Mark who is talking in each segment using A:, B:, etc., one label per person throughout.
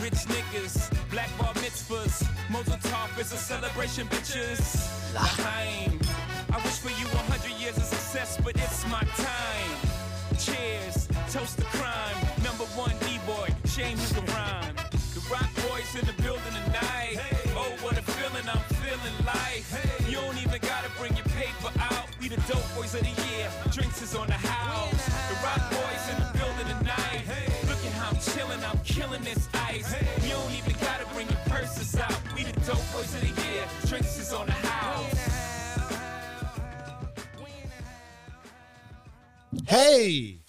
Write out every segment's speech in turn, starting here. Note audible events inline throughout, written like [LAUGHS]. A: Rich niggas, black bar mitzvahs, Motel top is a celebration, bitches. Lahaim. I wish for you 100 years of success, but it's my time. Cheers, toast to crime. Number one D-boy, shame you can rhyme. The rock boys in the building tonight. Oh, what a feeling, I'm feeling life. You don't even gotta bring your paper out. We the dope boys of the year, drinks is on the house. The rock boys in the building tonight. Look at how I'm chilling, I'm killing this ice. You don't even gotta bring your purses out. We the dope boys of the year, drinks is on the house.
B: Hey.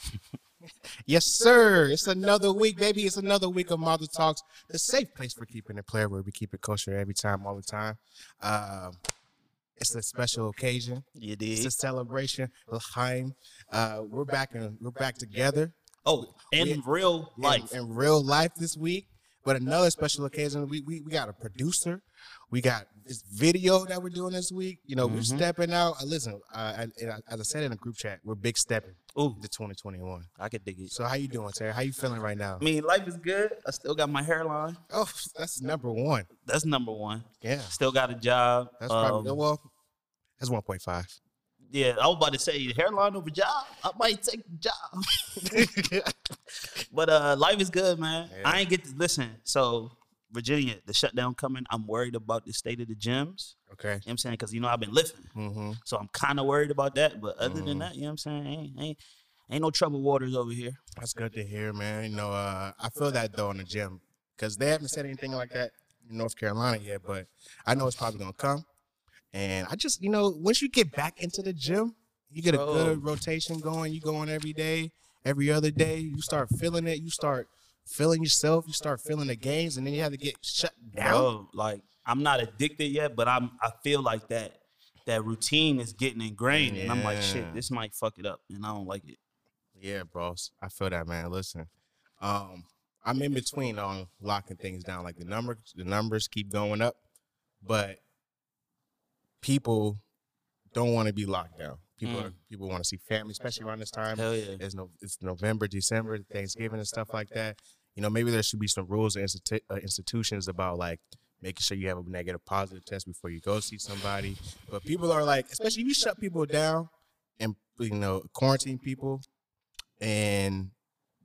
B: [LAUGHS] yes, sir. It's another week, baby. It's another week of Mother Talks, the safe place for keeping it player where we keep it kosher every time, all the time. Um, it's a special occasion.
C: You
B: It's
C: did.
B: a celebration. L'chaim. Uh, we're back and we're back together
C: oh, in
B: we-
C: real
B: in-
C: life.
B: in, real life this week. But another special occasion, we, we we got a producer, we got this video that we're doing this week. You know, we're stepping out. Uh, listen, uh, and, and I, as I said in the group chat, we're big stepping
C: Ooh.
B: to 2021.
C: Oh, I could dig it.
B: So how you doing, Terry? How you feeling right now?
C: I mean, life is good. I still got my hairline.
B: Oh, that's number one.
C: That's number one.
B: Yeah,
C: Still got a job.
B: that's
C: um,
B: probably well. That's
C: [LAUGHS]
B: 1.5.
C: Yeah, I was about to say hairline over job. I might take the job. [LAUGHS] But uh, life is good, man.
B: Yeah.
C: I ain't get to listen. So Virginia, the shutdown coming. I'm worried about the state of the gyms.
B: okay.
C: You know what I'm saying? Because you know I've been lifting,
B: Mm-hmm.
C: so I'm kind of worried about that. But other
B: Mm.
C: than that, you know what I'm saying? Ain't ain't, ain't no trouble waters over here.
B: That's good to hear, man. You know, uh, I feel that though in the gym because they haven't said anything like that in North Carolina yet, but I know it's probably gonna come. And I just, you know, once you get back into the gym, you get a
C: Bro.
B: good rotation going. You go on every day, every other day. You start feeling it. You start feeling yourself. You start feeling the gains, and then you have to get shut down.
C: Bro, like I'm not addicted yet, but I'm. I feel like that that routine is getting ingrained, and I'm like, shit,
B: Yeah.
C: this might fuck it up, and I don't like it.
B: Yeah, bros. I feel that, man. Listen, um, I'm in between on locking things down. Like the numbers, the numbers keep going up, but people don't want to be locked down. People,
C: Mm.
B: are, people want to see family, especially around this time.
C: Hell yeah.
B: It's no, it's November, December, Thanksgiving, and stuff like that. You know, maybe there should be some rules and institu- uh, institutions about like making sure you have a negative, positive test before you go see somebody. But people are like, especially if you shut people down and you know quarantine people, and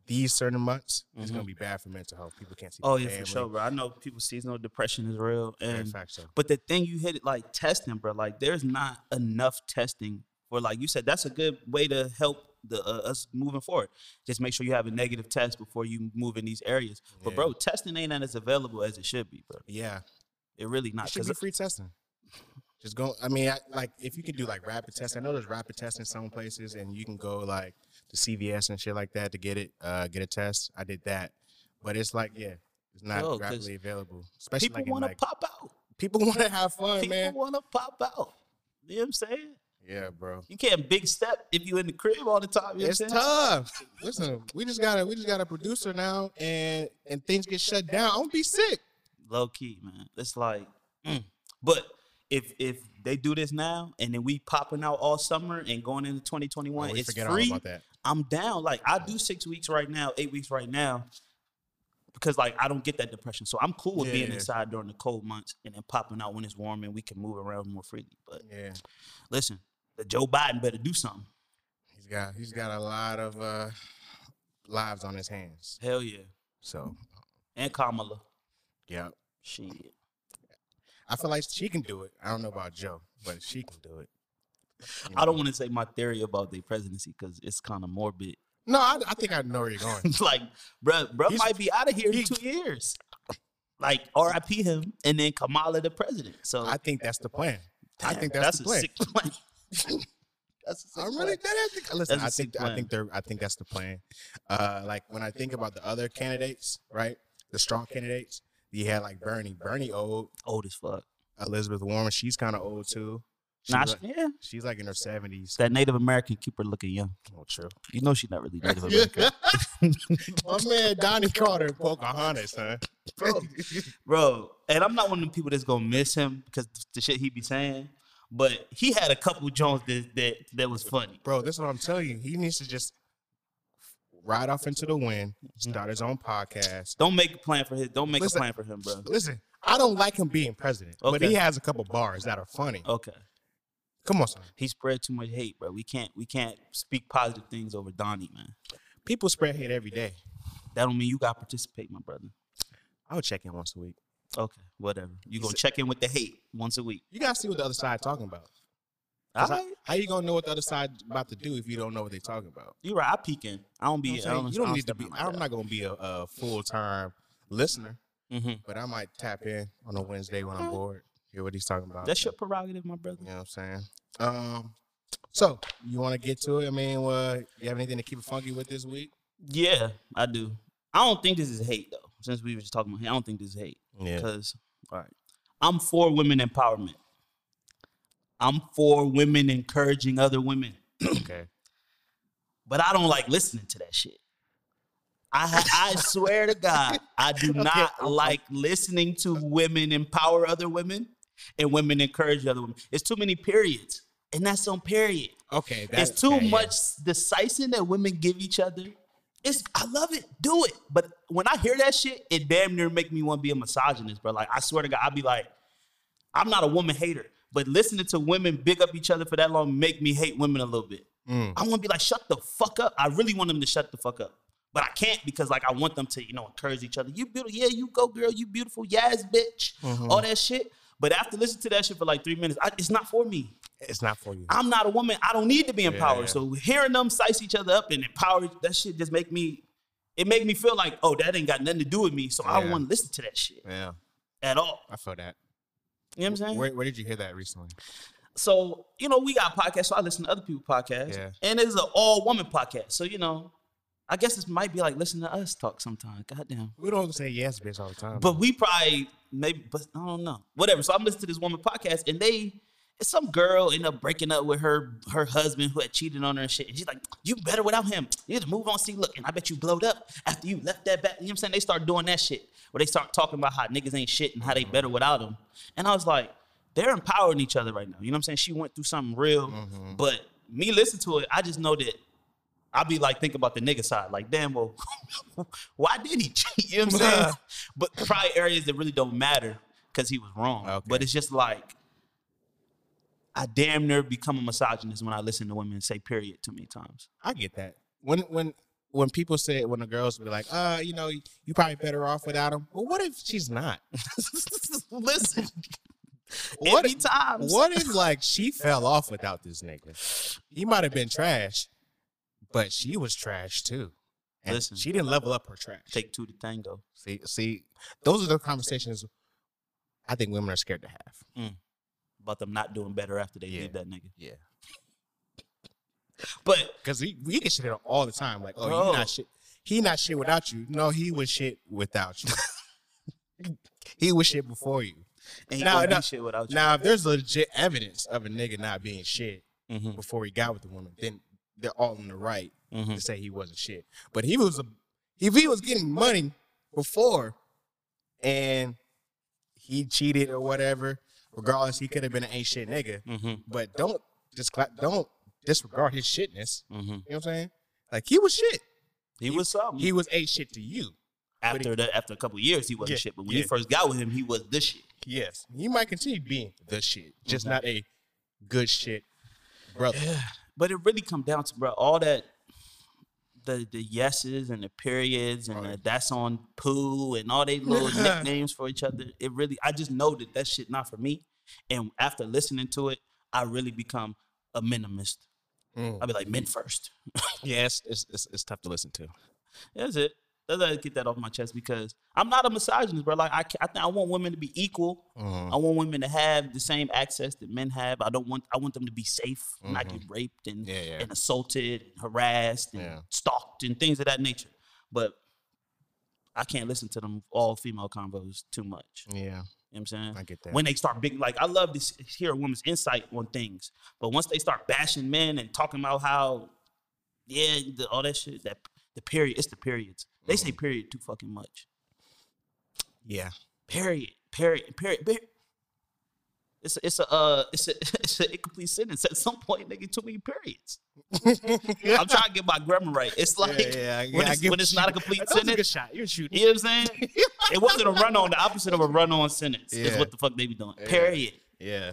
B: these certain months, it's gonna be bad for mental health. People can't see.
C: Oh
B: their
C: yeah, for
B: family.
C: sure, bro. I know people seasonal depression is real,
B: Very
C: and
B: fact, so.
C: But the thing you hit it like testing, bro. Like there's not enough testing for like you said. That's a good way to help the uh, us moving forward. Just make sure you have a negative test before you move in these areas. But
B: Yeah.
C: bro, testing ain't as available as it should be, bro.
B: Yeah,
C: It really not.
B: it should
C: Cause
B: be free testing. Just go. I mean, I, like if you can do like rapid tests. I know there's rapid tests in some places, and you can go like to CVS and shit like that to get it, uh, get a test. I did that, but it's like yeah, it's not
C: Yo, 'cause
B: rapidly available. Especially
C: people
B: like, in,
C: want to
B: like-
C: pop out.
B: people [LAUGHS] want to have fun,
C: people
B: man.
C: want to pop out. You know what I'm saying?
B: yeah, bro.
C: You can't big step if you in the crib all the time. You know
B: It's
C: what I'm saying?
B: tough. Listen, we just got a we just got a producer now, and and things get shut down. I'm gonna be sick.
C: low key, man. It's like, mm. but if if they do this now and then we popping out all summer and going into 2021,
B: Oh, we
C: it's
B: forget all
C: free.
B: about that.
C: I'm down. Like I do six weeks right now, eight weeks right now, because like I don't get that depression. So I'm cool with
B: Yeah,
C: being
B: yeah.
C: inside during the cold months and then popping out when it's warm and we can move around more freely. But
B: Yeah,
C: listen, the Joe Biden better do something.
B: he's got he's got a lot of uh lives on his hands.
C: Hell yeah,
B: So
C: and Kamala.
B: yeah.
C: Shit.
B: I feel like she can do it. I don't know about Joe, but she can do it. You
C: I don't
B: know?
C: want to say my theory about the presidency because it's kind of morbid. [LAUGHS]
B: No, I, I think I know where you're going.
C: like, bruh, bruh
B: He's-
C: might be out of here
B: he-
C: in two years. Like, RIP him and then Kamala the president. So
B: I think that's the plan. I think that's, the
C: a
B: plan.
C: sick plan. [LAUGHS] that's a sick
B: I really
C: plan.
B: that is the- listen.
C: That's a
B: I think
C: sick
B: I think they're I think that's the plan. Uh, like when I think about the other candidates, right? The strong candidates. You had like Bernie. Bernie old.
C: Old as fuck.
B: Elizabeth Warren. She's kind of old too. She's,
C: Nah,
B: like,
C: she- yeah.
B: she's like in her seventies.
C: That Native American keep her looking young.
B: Oh, true.
C: You know she
B: [LAUGHS]
C: not really Native
B: Yeah.
C: American. [LAUGHS]
B: My man Donnie Carter [LAUGHS] and Pocahontas, huh?
C: [LAUGHS] Bro, and I'm not one of the people that's gonna miss him because the shit he be saying. But he had a couple Jones that that, that was funny.
B: Bro, that's what I'm telling you. He needs to just ride off into the wind, start his own podcast.
C: Don't make a plan for his. Don't make
B: Listen.
C: a plan for him, bro.
B: Listen, I don't like him being president, but
C: Okay.
B: he has a couple bars that are funny.
C: Okay.
B: Come on, son.
C: He spread too much hate, bro. We can't. We can't speak positive things over Donnie, man.
B: People spread hate every day.
C: That don't mean you got to participate, my brother.
B: I'll check in once a week.
C: Okay, whatever. You gonna check in with the hate once a week.
B: You gotta see what the other side talking about. 'Cause
C: All
B: how-
C: right.
B: How you gonna know what the other side about to do if you don't know what they talking about?
C: You're right. I peek in. I don't be.
B: You, know what I'm saying?
C: I
B: You don't
C: I
B: need to
C: step
B: be.
C: in like
B: I'm
C: that.
B: not gonna be a, a full time listener,
C: Mhm.
B: but I might tap in on a Wednesday when I'm bored. Hear what he's talking about.
C: That's your prerogative, my brother.
B: You know what I'm saying? Um, so you want to get to it? I mean, uh, you have anything to keep it funky with this week?
C: Yeah, I do. I don't think this is hate though. Since we were just talking about hate, I don't think this is hate.
B: Yeah.
C: Because all right, I'm for women empowerment. I'm for women encouraging other women,
B: Okay.
C: but I don't like listening to that shit. I ha- I swear to God, I do not like listening to women empower other women and women encourage other women. It's too many periods, and that's on period.
B: [CLEARS THROAT] Okay.
C: it's too much decisive that women give each other. It's I love it. Do it. But when I hear that shit, it damn near make me want to be a misogynist, bro. Like I swear to God, I'd be like, I'm not a woman hater, but listening to women big up each other for that long make me hate women a little bit. I want to be like, shut the fuck up. I really want them to shut the fuck up. But I can't because like I want them to, you know, encourage each other. You beautiful, yeah, you go, girl, you beautiful, yes, bitch, all that shit. But after listening to that shit for like three minutes, I, it's not for me.
B: It's not for you.
C: I'm not a woman. I don't need to be empowered.
B: yeah.
C: So hearing them size each other up and empower that shit just make me. It make me feel like, oh, that ain't got nothing to do with me. So I don't
B: Yeah.
C: want to listen to that shit
B: yeah.
C: at all.
B: I feel that.
C: You know what I'm saying?
B: Where, where did you hear that recently?
C: So you know, we got podcasts. So I listen to other people's podcasts,
B: Yeah.
C: and it's an all woman podcast. So you know, I guess this might be like listening to us talk sometime. Goddamn.
B: We don't say yes, bitch, all the time.
C: But we probably maybe, but I don't know. Whatever. So I'm listening to this woman podcast, and they, it's some girl ended up breaking up with her her husband who had cheated on her and shit. And she's like, "You better without him. You need to move on. See, look, and I bet you blowed up after you left that back." You know what I'm saying? They start doing that shit where they start talking about how niggas ain't shit and how they better without them. And I was like, they're empowering each other right now. You know what I'm saying? She went through something real, but me listen to it, I just know that. I be like thinking about the nigga side, like damn, well, [LAUGHS] why did he cheat? You know what I'm saying? but probably areas that really don't matter because he was wrong.
B: Okay.
C: But it's just like I damn near become a misogynist when I listen to women say period too many times.
B: I get that. When when when people say when the girls be like, uh, you know, you probably better off without him. Well, what if she's not? [LAUGHS]
C: listen.
B: What-
C: Every time.
B: What if like she fell off without this nigga? He might have been trash, but she was trash too. And
C: Listen.
B: she didn't level up her trash.
C: Take two to tango.
B: See, see, those are the conversations I think women are scared to have.
C: About them not doing better after they
B: Yeah.
C: leave that nigga.
B: Yeah.
C: But
B: Cause we, we get shit on all the time. Like, oh,
C: Bro.
B: you not shit. He not shit without you. No, he was shit without you. [LAUGHS] he was shit before you.
C: ain't
B: Now-
C: gonna do
B: now-
C: shit without you.
B: Now, if there's legit evidence of a nigga not being shit
C: Mhm.
B: before he got with the woman, then they're all in the right
C: Mhm.
B: to say he wasn't shit. But he was a, if he was getting money before, and he cheated or whatever, regardless, he could have been an ain't shit nigga.
C: Mhm.
B: But don't just cla- don't disregard his shitness.
C: Mhm.
B: You know what I'm saying? Like he was shit.
C: He, was something.
B: He was ain't shit to you.
C: after the, after a couple years, he
B: Yeah,
C: wasn't shit. But when
B: yeah.
C: you first got with him, he was this shit.
B: Yes, he might continue being the shit, just
C: Mm-hmm.
B: not a good shit brother.
C: But it really come down to bro, all that the the yeses and the periods and the that's on poo and all they little nicknames for each other. It really I just know that that shit not for me. And after listening to it, I really become a minimist.
B: Mm.
C: I'll be like men first.
B: Yes, it's, it's it's tough to listen to.
C: That's it. That's how I get that off my chest because I'm not a misogynist, bro. Like I, ca- I think I want women to be equal.
B: Mm. Uh-huh.
C: I want women to have the same access that men have. I don't want I want them to be safe, not get raped and
B: Mm-hmm. Yeah, yeah.
C: and assaulted, and harassed, and
B: Yeah.
C: stalked, and things of that nature. But I can't listen to them all female combos too much.
B: Yeah,
C: You know what I'm saying?
B: Mm, I get that.
C: When they start big, like I love to s- hear a woman's insight on things, but once they start bashing men and talking about how, yeah, the, all that shit, that the period, it's the periods. They say
B: Mm-hmm.
C: period too fucking much.
B: yeah.
C: Period, period, period. period. It's a, it's a uh, it's a [LAUGHS] it's an incomplete sentence. At some point, nigga, too
B: [LAUGHS]
C: many periods. I'm trying to get my grammar right. It's like
B: yeah, yeah,
C: when,
B: I
C: it's,
B: get
C: when
B: what
C: it's
B: you-
C: not a complete
D: That was a good
C: sentence.
D: shot. You're shooting.
C: You know what I'm saying?
B: [LAUGHS]
C: it wasn't a run on. The opposite of a run on sentence is
B: Yeah.
C: what the fuck they be doing. Period.
B: Yeah.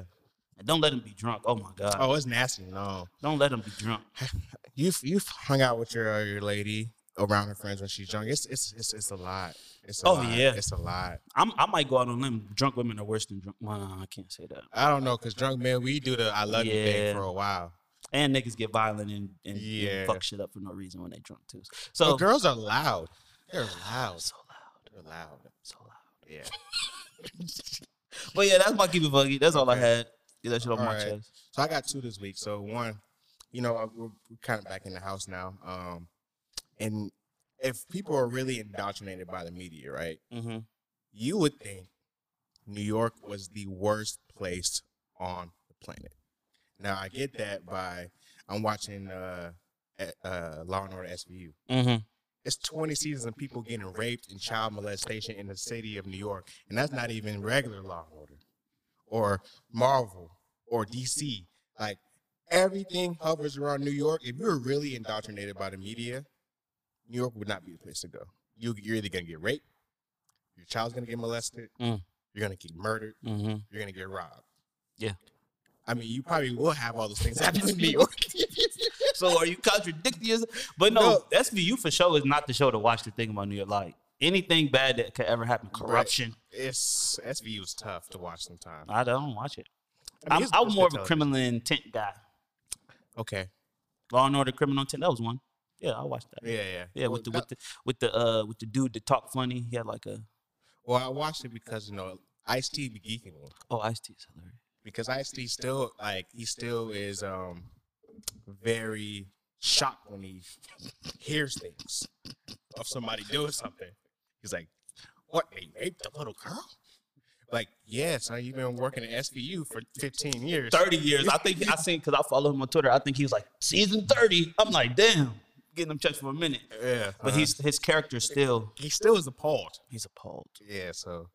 C: And don't let him be drunk. Oh my god.
B: Oh, it's nasty. No,
C: Don't let him be drunk.
B: you've you've hung out with your uh, your lady around her friends when she's young. It's it's it's, it's a lot. It's a
C: Oh,
B: lot.
C: yeah.
B: It's a lot.
C: I'm, I might go out on a limb. Drunk women are worse than drunk. Well, no, I can't say that.
B: I don't know, cause drunk men, we do the I love you
C: Yeah.
B: thing for a while.
C: And niggas get violent and, and, and
B: Yeah.
C: fuck shit up for no reason when they drunk too.
B: But
C: So Oh,
B: girls are loud. They're loud.
C: so loud,
B: They're loud.
C: so loud.
B: Yeah.
C: But yeah, that's my keep it buggy. That's all I
B: Okay.
C: had. Get that shit off
B: All
C: my
B: right.
C: chest.
B: So I got two this week. So one, you know, uh, we're, we're kind of back in the house now. Um, and if people are really indoctrinated by the media, right?
C: Mm-hmm.
B: You would think New York was the worst place on the planet. Now I get that by I'm watching uh, a- uh, Law and Order SVU.
C: Mm-hmm.
B: It's 20 seasons of people getting raped and child molestation in the city of New York. And that's not even regular Law and Order or Marvel or DC. Like everything hovers around New York. If you were really indoctrinated by the media, New York would not be the place to go. You, you're either going to get raped, your child's going to get molested,
C: Mm.
B: you're going to get murdered,
C: Mm-hmm.
B: you're going to get robbed.
C: Yeah.
B: I mean, you probably will have all those things [LAUGHS] happen in New York.
C: So are you contradicting yourself? But no,
B: No.
C: SVU for sure is not the show to watch the thing about New York. Like anything bad that could ever happen, corruption.
B: it's SVU is tough to watch sometimes.
C: I don't watch it.
B: I mean,
C: I'm,
B: it's
C: I'm more of a
B: television.
C: criminal intent guy.
B: Okay.
C: Law and Order, criminal intent. That was one. Yeah, I watched that.
B: Yeah, yeah,
C: Yeah,
B: Well,
C: with the
B: that-
C: with the with the uh with the dude that talked funny. He had like a
B: well, I watched it because you know Ice T be geeking on it.
C: oh Ice T is hilarious.
B: because Ice T still like he still is um very shocked when he hears things of somebody doing something. He's like, "What? They raped a little girl?" Like, yeah, son, you've been working at SVU for 15 years.
C: Thirty years, I think I seen because I follow him on Twitter. I think he was like season thirty. I'm like damn, getting him checked for a minute.
B: Yeah,
C: But
B: uh-huh.
C: he's his character still
B: he still is appalled.
C: he's appalled.
B: Yeah, so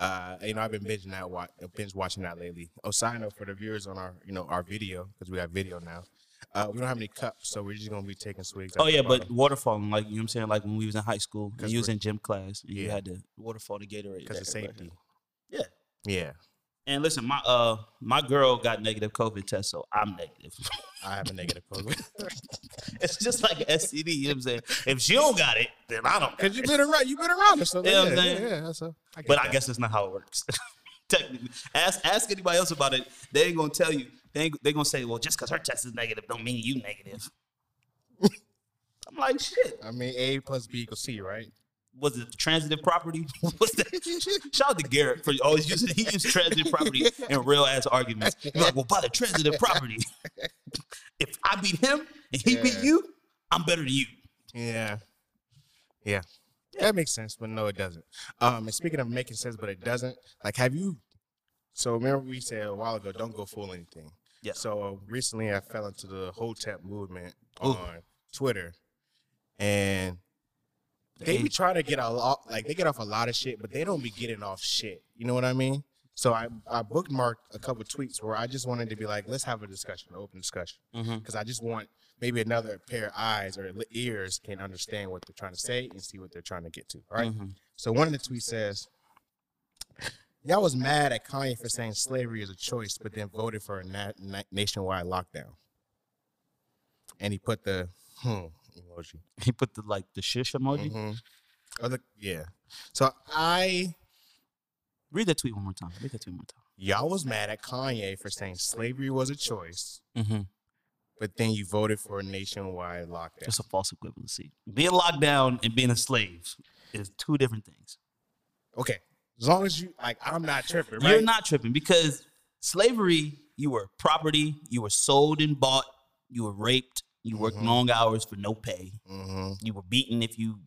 B: uh, you know, I've been binging that watch, binge watching that lately. Oh, side note for the viewers on our, you know, our video because we got video now. Uh, we don't have any cups, so we're just gonna be taking swigs. out
C: Oh
B: the
C: yeah, but
B: bottom.
C: waterfalling like you know what I'm saying like when we was in high school and
B: 'Cause
C: you was
B: we're-
C: in gym class and you
B: Yeah.
C: had to waterfall the Gatorade
B: 'Cause of
C: there, right?
B: safety.
C: Yeah.
B: Yeah,
C: And listen, my uh my girl got negative COVID test, so I'm negative. [LAUGHS]
B: I have a negative COVID.
C: it's just like a STD. You know what I'm saying? If she don't got it, then I don't.
B: [LAUGHS] Cause you've been around, you've been around us. So
C: You know what I'm
B: yeah, yeah,
C: saying?
B: yeah, so I get
C: But I
B: that.
C: guess that's not how it works. [LAUGHS] Technically, ask ask anybody else about it. They ain't gonna tell you. They ain't, they gonna say, well, just because her test is negative, don't mean you [LAUGHS] negative. I'm like, shit.
B: I mean, A plus B equals C, right?
C: Was it transitive property? [LAUGHS] What's that? Shout out to Garrett for always using he used transitive property in real ass arguments. He's like, well, by the transitive property, [LAUGHS] if I beat him and he beat
B: Yeah.
C: you, I'm better than you.
B: Yeah. yeah, That makes sense, but no, it doesn't. Um, and speaking of making sense, but it doesn't. Like, have you? So remember we said a while ago, don't go fool anything.
C: Yeah.
B: So recently, I fell into the Hotep movement
C: Ooh.
B: on Twitter, and they be trying to get a lot, like they get off a lot of shit, but they don't be getting off shit. You know what I mean? So I, I bookmarked a couple tweets where I just wanted to be like, let's have a discussion, an open discussion, because
C: Mm-hmm.
B: I just want maybe another pair of eyes or li- ears can understand what they're trying to say and see what they're trying to get to. Right. So one of the tweets says, "Y'all was mad at Kanye for saying slavery is a choice, but then voted for a na- na- nationwide lockdown." And he put the hmm emoji.
C: He put the like the shish emoji.
B: Mhm. Other yeah. So I
C: Read that tweet one more time. Read that tweet one more
B: y'all was mad at Kanye for saying slavery was a choice,
C: time. Mm-hmm.
B: but then you voted for a nationwide
C: It's
B: lockdown.
C: a false equivalency. Being locked down and being a slave is two different things.
B: Okay. As long as you like, I'm not tripping, right?
C: You're not tripping because slavery, you were property, you were sold and bought, you were raped, you worked
B: Mhm.
C: long hours for no pay,
B: hmm
C: you were beaten if you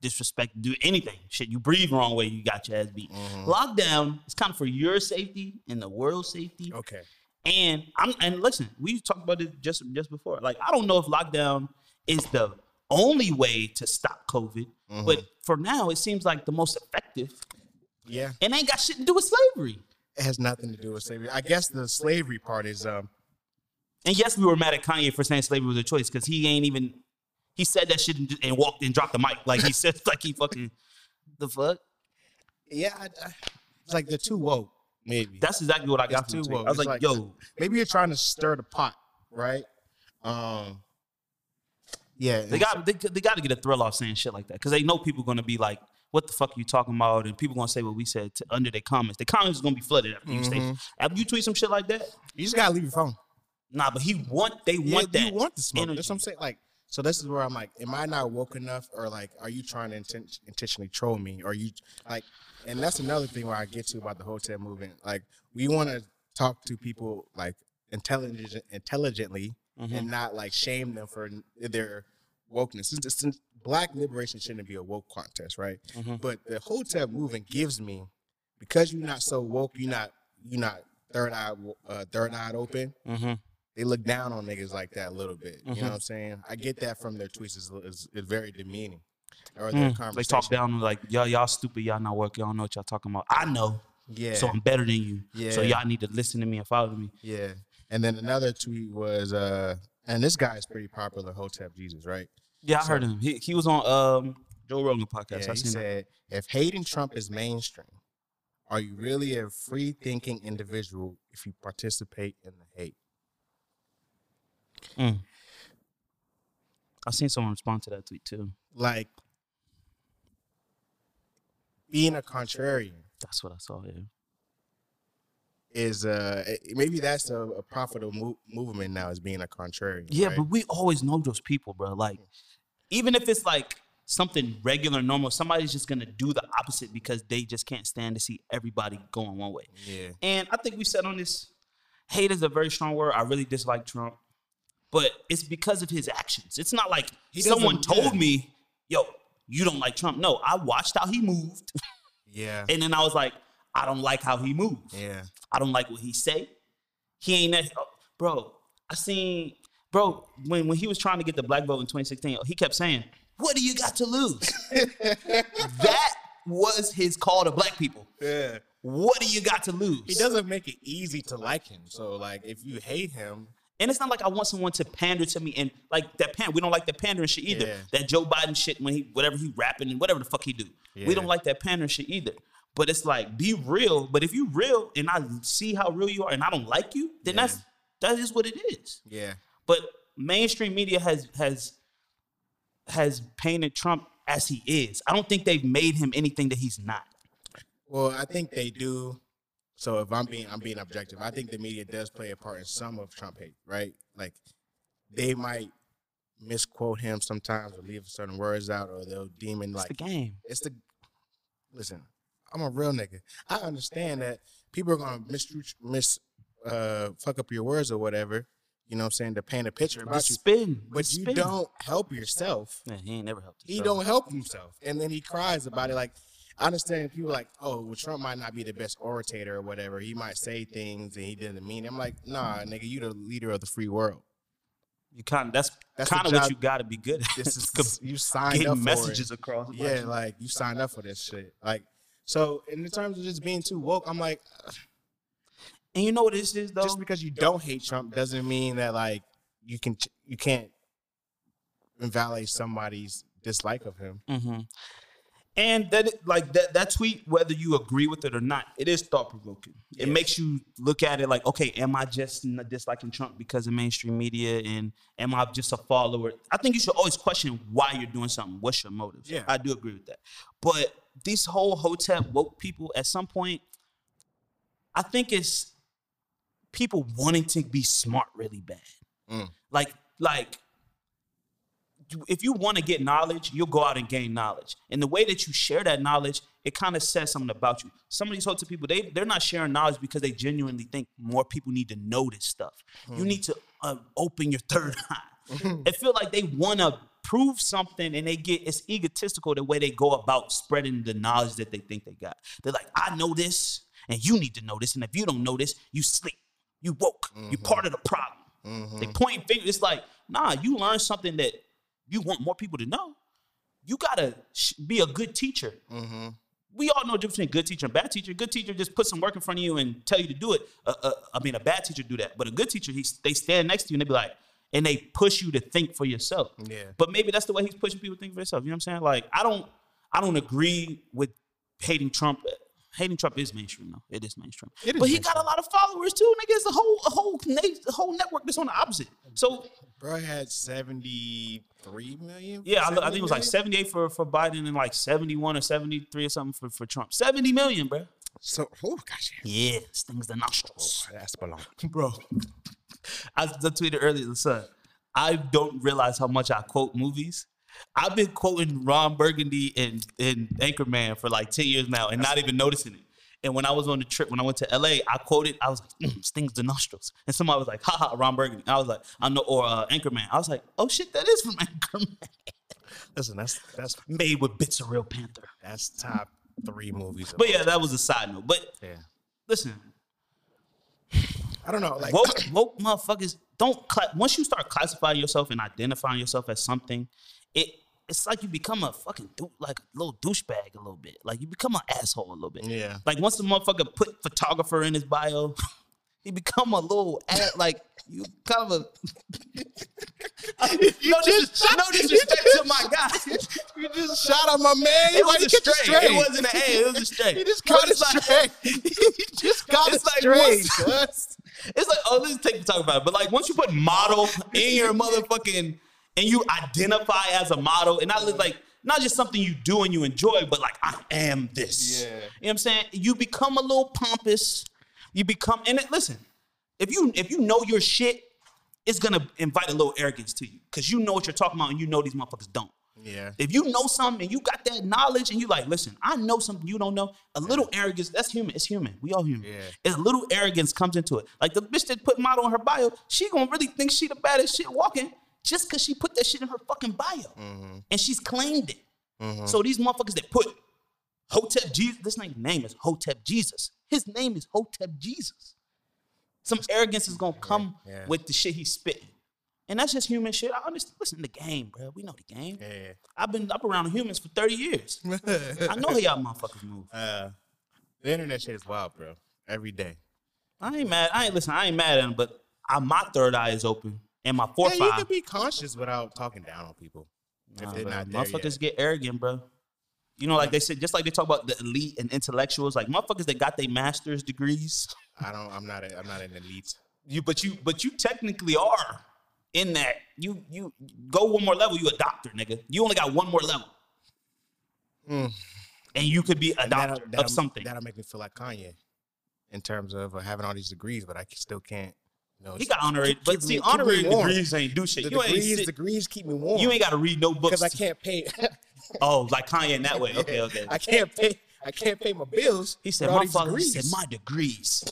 C: disrespect, do anything. Shit, you breathe wrong way, you got your ass beat.
B: Mhm.
C: Lockdown is kind of for your safety and the world's safety.
B: Okay.
C: And I'm and listen, we talked about it just just before. Like I don't know if lockdown is the only way to stop COVID,
B: Mm-hmm.
C: but for now it seems like the most effective.
B: Yeah.
C: And ain't got shit to do with slavery.
B: It has nothing to do with slavery. I guess the slavery part is um
C: And yes, we were mad at Kanye for saying slavery was a choice because he ain't even he said that shit and, and walked and dropped the mic like he [LAUGHS] said like he fucking the fuck.
B: yeah, I, I, it's like they're too woke. Maybe
C: That's exactly what I got
B: It's
C: from
B: too
C: it. I
B: woke.
C: was
B: It's like-
C: like, yo,
B: maybe you're trying to stir the pot, right? Um, yeah,
C: they got they, they got to get a thrill off saying shit like that because they know people gonna be like. What the fuck are you talking about? And people gonna say what we said to, under their comments. The comments is gonna be flooded after you
B: Mm-hmm.
C: say after you tweet some shit like that.
B: you just gotta leave your phone.
C: Nah, but he want they
B: Yeah,
C: want that.
B: You want the smoke.
C: energy.
B: That's what I'm saying. Like, so this is where I'm like, am I not woke enough, or like, are you trying to inten- intentionally troll me? Or you like, and that's another thing where I get to about the hotel movement. Like, we want to talk to people like intelligent, intelligently,
C: Mm-hmm.
B: and not like shame them for n- their wokeness. It's just- since black liberation shouldn't be a woke contest, right?
C: Mm-hmm.
B: But the hotel movement gives me because you're not so woke, you're not you're not third eye wo- uh, third eyed open
C: Mm-hmm.
B: they look down on niggas like that a little bit. You know what I'm saying? I get that from their tweets. It's, it's, it's very demeaning. Or their conversation.
C: Mm, They talk down like y'all, y'all stupid, y'all not working, y'all know what y'all talking about. I know,
B: Yeah.
C: so I'm better than you. So
B: Yeah.
C: y'all need to listen to me and follow me.
B: yeah. And then another tweet was, uh, and this guy is pretty popular, Hotep Jesus, right?
C: Yeah, I heard him. He, he was on um Joe Rogan podcast.
B: Yeah,
C: I
B: he
C: seen that.
B: said, if hating Trump is mainstream, are you really a free thinking individual if you participate in the hate?
C: Mm. I seen someone respond to that tweet too.
B: Like, being a contrarian
C: That's what I saw. Yeah.
B: is uh it- maybe that's a, a profitable mo- movement now is being a contrarian.
C: Yeah,
B: right?
C: but we always know those people, bro. Like, even if it's like something regular, normal, somebody's just gonna do the opposite because they just can't stand to see everybody going one way.
B: Yeah.
C: And I think we said on this, hate is a very strong word. I really dislike Trump, but it's because of his actions. It's not like
B: doesn't-
C: someone told
B: yeah.
C: me, yo, you don't like Trump. No, I watched how he moved, [LAUGHS]
B: Yeah.
C: and then I was like, I don't like how he moved.
B: yeah.
C: I don't like what he say. He ain't that, oh, bro. I seen, bro, when, when he was trying to get the black vote in 2016, he kept saying, "What do you got
B: [LAUGHS]
C: to lose?" that was his call to black people.
B: Yeah.
C: What do you got to lose?
B: He doesn't make it easy to like him. So like if you hate him,
C: And it's not like I want someone to pander to me and like that pan. We don't like that pandering shit either.
B: Yeah.
C: That Joe Biden shit when he whatever he rapping and whatever the fuck he do. We
B: Yeah.
C: don't like that pandering shit either. But it's like be real. But if you real and I see how real you are and I don't like you, then
B: Yeah.
C: that's that is what it is.
B: yeah.
C: But mainstream media has has has painted Trump as he is. I don't think they've made him anything that he's not.
B: Well, I think they do. So if I'm being I'm being objective, I think the media does play a part in some of Trump hate, right? Like they might misquote him sometimes or leave certain words out or they'll deem it like
C: It's the game.
B: It's the listen. I'm a real nigga. I understand that people are gonna mistru- mis uh fuck up your words or whatever. You know what I'm saying to paint a picture
C: The
B: about you,
C: spin.
B: but
C: The
B: you
C: spin.
B: don't help yourself.
C: Yeah, he ain't never helped.
B: He
C: himself.
B: don't help himself, and then he cries about it. Like I understand people like, oh, well, Trump might not be the best orator or whatever. He might say things and he didn't mean. It. I'm like, nah, nigga, you the leader of the free world.
C: You kind of that's,
B: That's
C: kind of
B: the
C: what
B: job-
C: you got to be good at.
B: This
C: [LAUGHS] Com-
B: is you signed up
C: getting
B: for it.
C: messages across.
B: Yeah, like you signed up for this shit. Like, so in terms of just being too woke, I'm like,
C: and you know what this is though.
B: just because you don't hate Trump doesn't mean that like you can ch- you can't invalidate somebody's dislike of him.
C: and that it- like that that tweet, whether you agree with it or not, it is thought provoking. It makes you look at it like, okay, am I just n- disliking Trump because of mainstream media, and am I just a follower? I think you should always question why you're doing something. What's your motives?
B: Yeah.
C: I do agree with that. But these whole hotel woke people, at some point, I think it's people wanting to be smart really bad. Like like you- if you want to get knowledge, you'll go out and gain knowledge. And the way that you share that knowledge, it kind of says something about you. Some of these hotel people, they they're not sharing knowledge because they genuinely think more people need to know this stuff. You need to uh, open your third [LAUGHS] eye. it feel like they want to prove something and they get it's egotistical the way they go about spreading the knowledge that they think they got. They're like, I know this, and you need to know this, and if you don't know this, you sleep, you woke, you part of the problem. They point fingers. It's like, nah, you learn something that you want more people to know. You gotta sh- be a good teacher. we all know the difference between good teacher and bad teacher. Good teacher just put some work in front of you and tell you to do it. Uh, uh, I mean, a bad teacher do that, but a good teacher, he, they stand next to you and they be like, and they push you to think for yourself.
B: Yeah.
C: But maybe that's the way he's pushing people to think for themselves. You know what I'm saying? Like, I don't, I don't agree with hating Trump. Hating Trump is mainstream, though. It is mainstream.
B: It is
C: but he
B: mainstream.
C: got a lot of followers too, nigga. It's a whole, a whole, na- a whole network that's on the opposite. So
B: Bro had 73 million.
C: yeah, I, I
B: 70
C: think it was like
B: million?
C: 78 for, for Biden and like 71 or 73 or something for, for Trump. 70 million, bro.
B: So, oh, gosh.
C: Yeah, stings the nostrils.
B: That's belong. [LAUGHS]
C: Bro, I, I tweeted earlier, son, I don't realize how much I quote movies. I've been quoting Ron Burgundy and, and Anchorman for like 10 years now and not even noticing it. And when I was on the trip, when I went to LA, I quoted, I was like, mm, stings the nostrils. And somebody was like, haha, Ron Burgundy. I was like, I know, or uh, Anchorman. I was like, oh shit, that is from [LAUGHS] Anchorman.
B: Listen, that's that's
C: Made with bits of real panther.
B: that's top three movies. of
C: But
B: all
C: yeah, that was a side note. But
B: time. yeah.
C: listen,
B: I don't know. Like,
C: woke,
B: [CLEARS THROAT]
C: woke motherfuckers don't. Cla- once you start classifying yourself and identifying yourself as something, it it's like you become a fucking du- like a little douchebag a little bit. Like you become an asshole a little bit.
B: Yeah.
C: Like once the motherfucker put photographer in his bio, [LAUGHS] he become a little ad, like you kind [LAUGHS] of a. no, dis-
B: [LAUGHS]
C: no disrespect to my guy. [LAUGHS]
B: you [LAUGHS] just shot at my man.
C: It was a straight. It wasn't an A. It was a
B: [LAUGHS]
C: straight.
B: He just
C: But
B: caught
C: it's
B: it straight. [LAUGHS]
C: He just
B: Got
C: it's
B: it's
C: like,
B: straight.
C: what's- It's like, oh, let's take talk about it. But like, once you put model in your motherfucking and you identify as a model, and not like not just something you do and you enjoy, but like I am this.
B: Yeah.
C: You know what I'm saying? You become a little pompous. You become and it, listen, if you if you know your shit, it's gonna invite a little arrogance to you because you know what you're talking about and you know these motherfuckers don't.
B: yeah.
C: If you know something and you got that knowledge and you like, listen, I know something you don't know, a little arrogance, that's human. It's human. We all human.
B: Yeah.
C: And a little arrogance comes into it. Like the bitch that put model in her bio, she gonna really think she the baddest shit walking just cause she put that shit in her fucking bio.
B: Mm-hmm.
C: And she's claimed it. So these motherfuckers that put Hotep Jesus, this nigga name is Hotep Jesus. His name is Hotep Jesus. Some arrogance is gonna come
B: yeah.
C: with the shit he's spitting. And that's just human shit. I understand. Listen, the game, bro. We know the game.
B: Yeah.
C: I've been up around humans for
B: [LAUGHS]
C: 30 years. I know how y'all motherfuckers move.
B: Uh, the internet shit is wild, bro. Every day.
C: I ain't mad. I ain't listen, I ain't mad at them, but I, my third eye is open and my
B: Yeah,
C: fourth
B: you
C: eye.
B: can be conscious without talking down on people. If
C: Nah,
B: they're
C: bro.
B: not there
C: motherfuckers
B: yet.
C: get arrogant, bro. You know, like they said, just like they talk about the elite and intellectuals, like motherfuckers that got their master's degrees.
B: I don't. I'm not. A, I'm not an elite.
C: You but you but you technically are in that. You you go one more level, you a doctor, nigga. You only got one more level.
B: Hmm.
C: And you could be a
B: That'll-
C: doctor
B: that'll-
C: of something.
B: that'll make me feel like Kanye, in terms of uh, having all these degrees, but I c- still can't. You know,
C: He got honorary,
B: keep
C: but
B: me-
C: see,
B: keep me
C: honorary
B: warm.
C: degrees ain't do shit.
B: the
C: You ain't,
B: degrees.
C: sit-
B: Degrees keep me warm.
C: you ain't gotta read no books.
B: because I can't pay. [LAUGHS]
C: Oh, like Kanye in that way. Okay, okay.
B: I can't pay. I can't pay my bills.
C: He said,
B: with all
C: my
B: these
C: father he said,
B: degrees."
C: my degrees.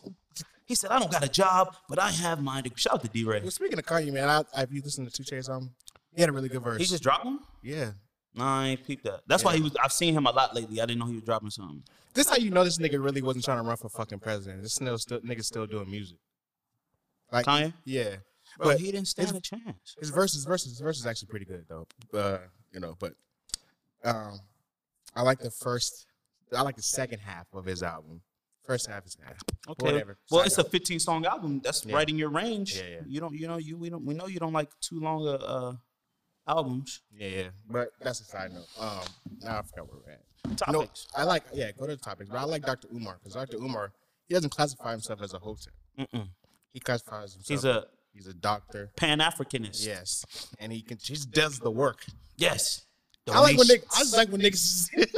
C: He said, I don't got a job, but I have my degree. Shout out to D Ray.
B: Well, speaking of Kanye, man, I, if you listen to Two Chainz album, he had a really good verse.
C: He just dropped one?
B: yeah.
C: No, I ain't peeped that. That's why he was I've seen him a lot lately. I didn't know he was dropping something.
B: This how you know this nigga really wasn't trying to run for fucking president. This nigga still, nigga still doing music. Like,
C: Kanye?
B: yeah,
C: Bro,
B: but
C: he didn't stand a chance.
B: his verses, verses, verses actually pretty good though. Uh, you know, but um, I like the first, I like the second half of his album. First half is half.
C: Okay.
B: Whatever.
C: Well,
B: Side
C: it's a
B: note.
C: 15 song album. That's right in your range.
B: Yeah, yeah.
C: You don't you know you we don't we know you don't like too long uh, uh albums.
B: yeah, yeah. But that's a side note. Um, now I forgot where we're at. No,
C: Topics.
B: I like yeah. Go to the topics, but I like Dr. Umar because Dr. Umar he doesn't classify himself as a hotel.
C: Mm-mm.
B: He classifies himself.
C: He's a
B: he's a doctor.
C: Pan Africanist.
B: Yes, and he can he just does the work.
C: Yes.
B: I like when
C: Donations.
B: niggas. I just like when niggas.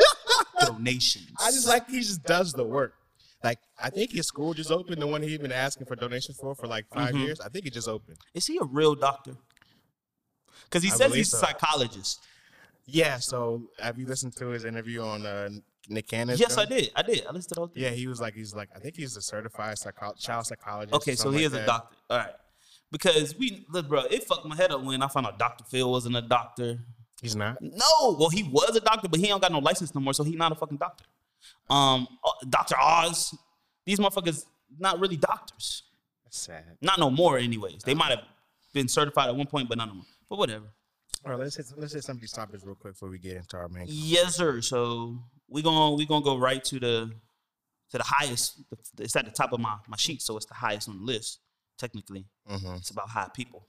C: donations.
B: [LAUGHS] I just like he just does the work. Like I think his school just opened the one he's been asking for donations for for like 5 years. I think it just opened.
C: Is he a real doctor? Because he
B: I
C: says
B: believe
C: he's
B: so.
C: a psychologist.
B: Yeah. So have you listened to his interview on uh, Nick Cannon's
C: yes,
B: show?
C: I did. I did. I listed all three.
B: Yeah, he was like he's like I think he's a certified psycho- child psychologist.
C: Okay, so
B: something
C: he
B: like
C: is a
B: that.
C: doctor. All right. Because we, look, bro, it fucked my head up when I found out Dr. Phil wasn't a doctor.
B: He's not.
C: No, well, he was a doctor, but he don't got no license no more, so he not a fucking doctor. Um, uh, Dr. Oz, these motherfuckers not really doctors.
B: That's sad.
C: Not no more, anyways. They might have been certified at one point, but not no more. But whatever.
B: All right, let's hit let's hit some of these topics real quick before we get into our main.
C: Yes, sir. So we going we gonna go right to the to the highest. The, it's at the top of my my sheet, so it's the highest on the list. Technically,
B: Mhm.
C: it's about high people.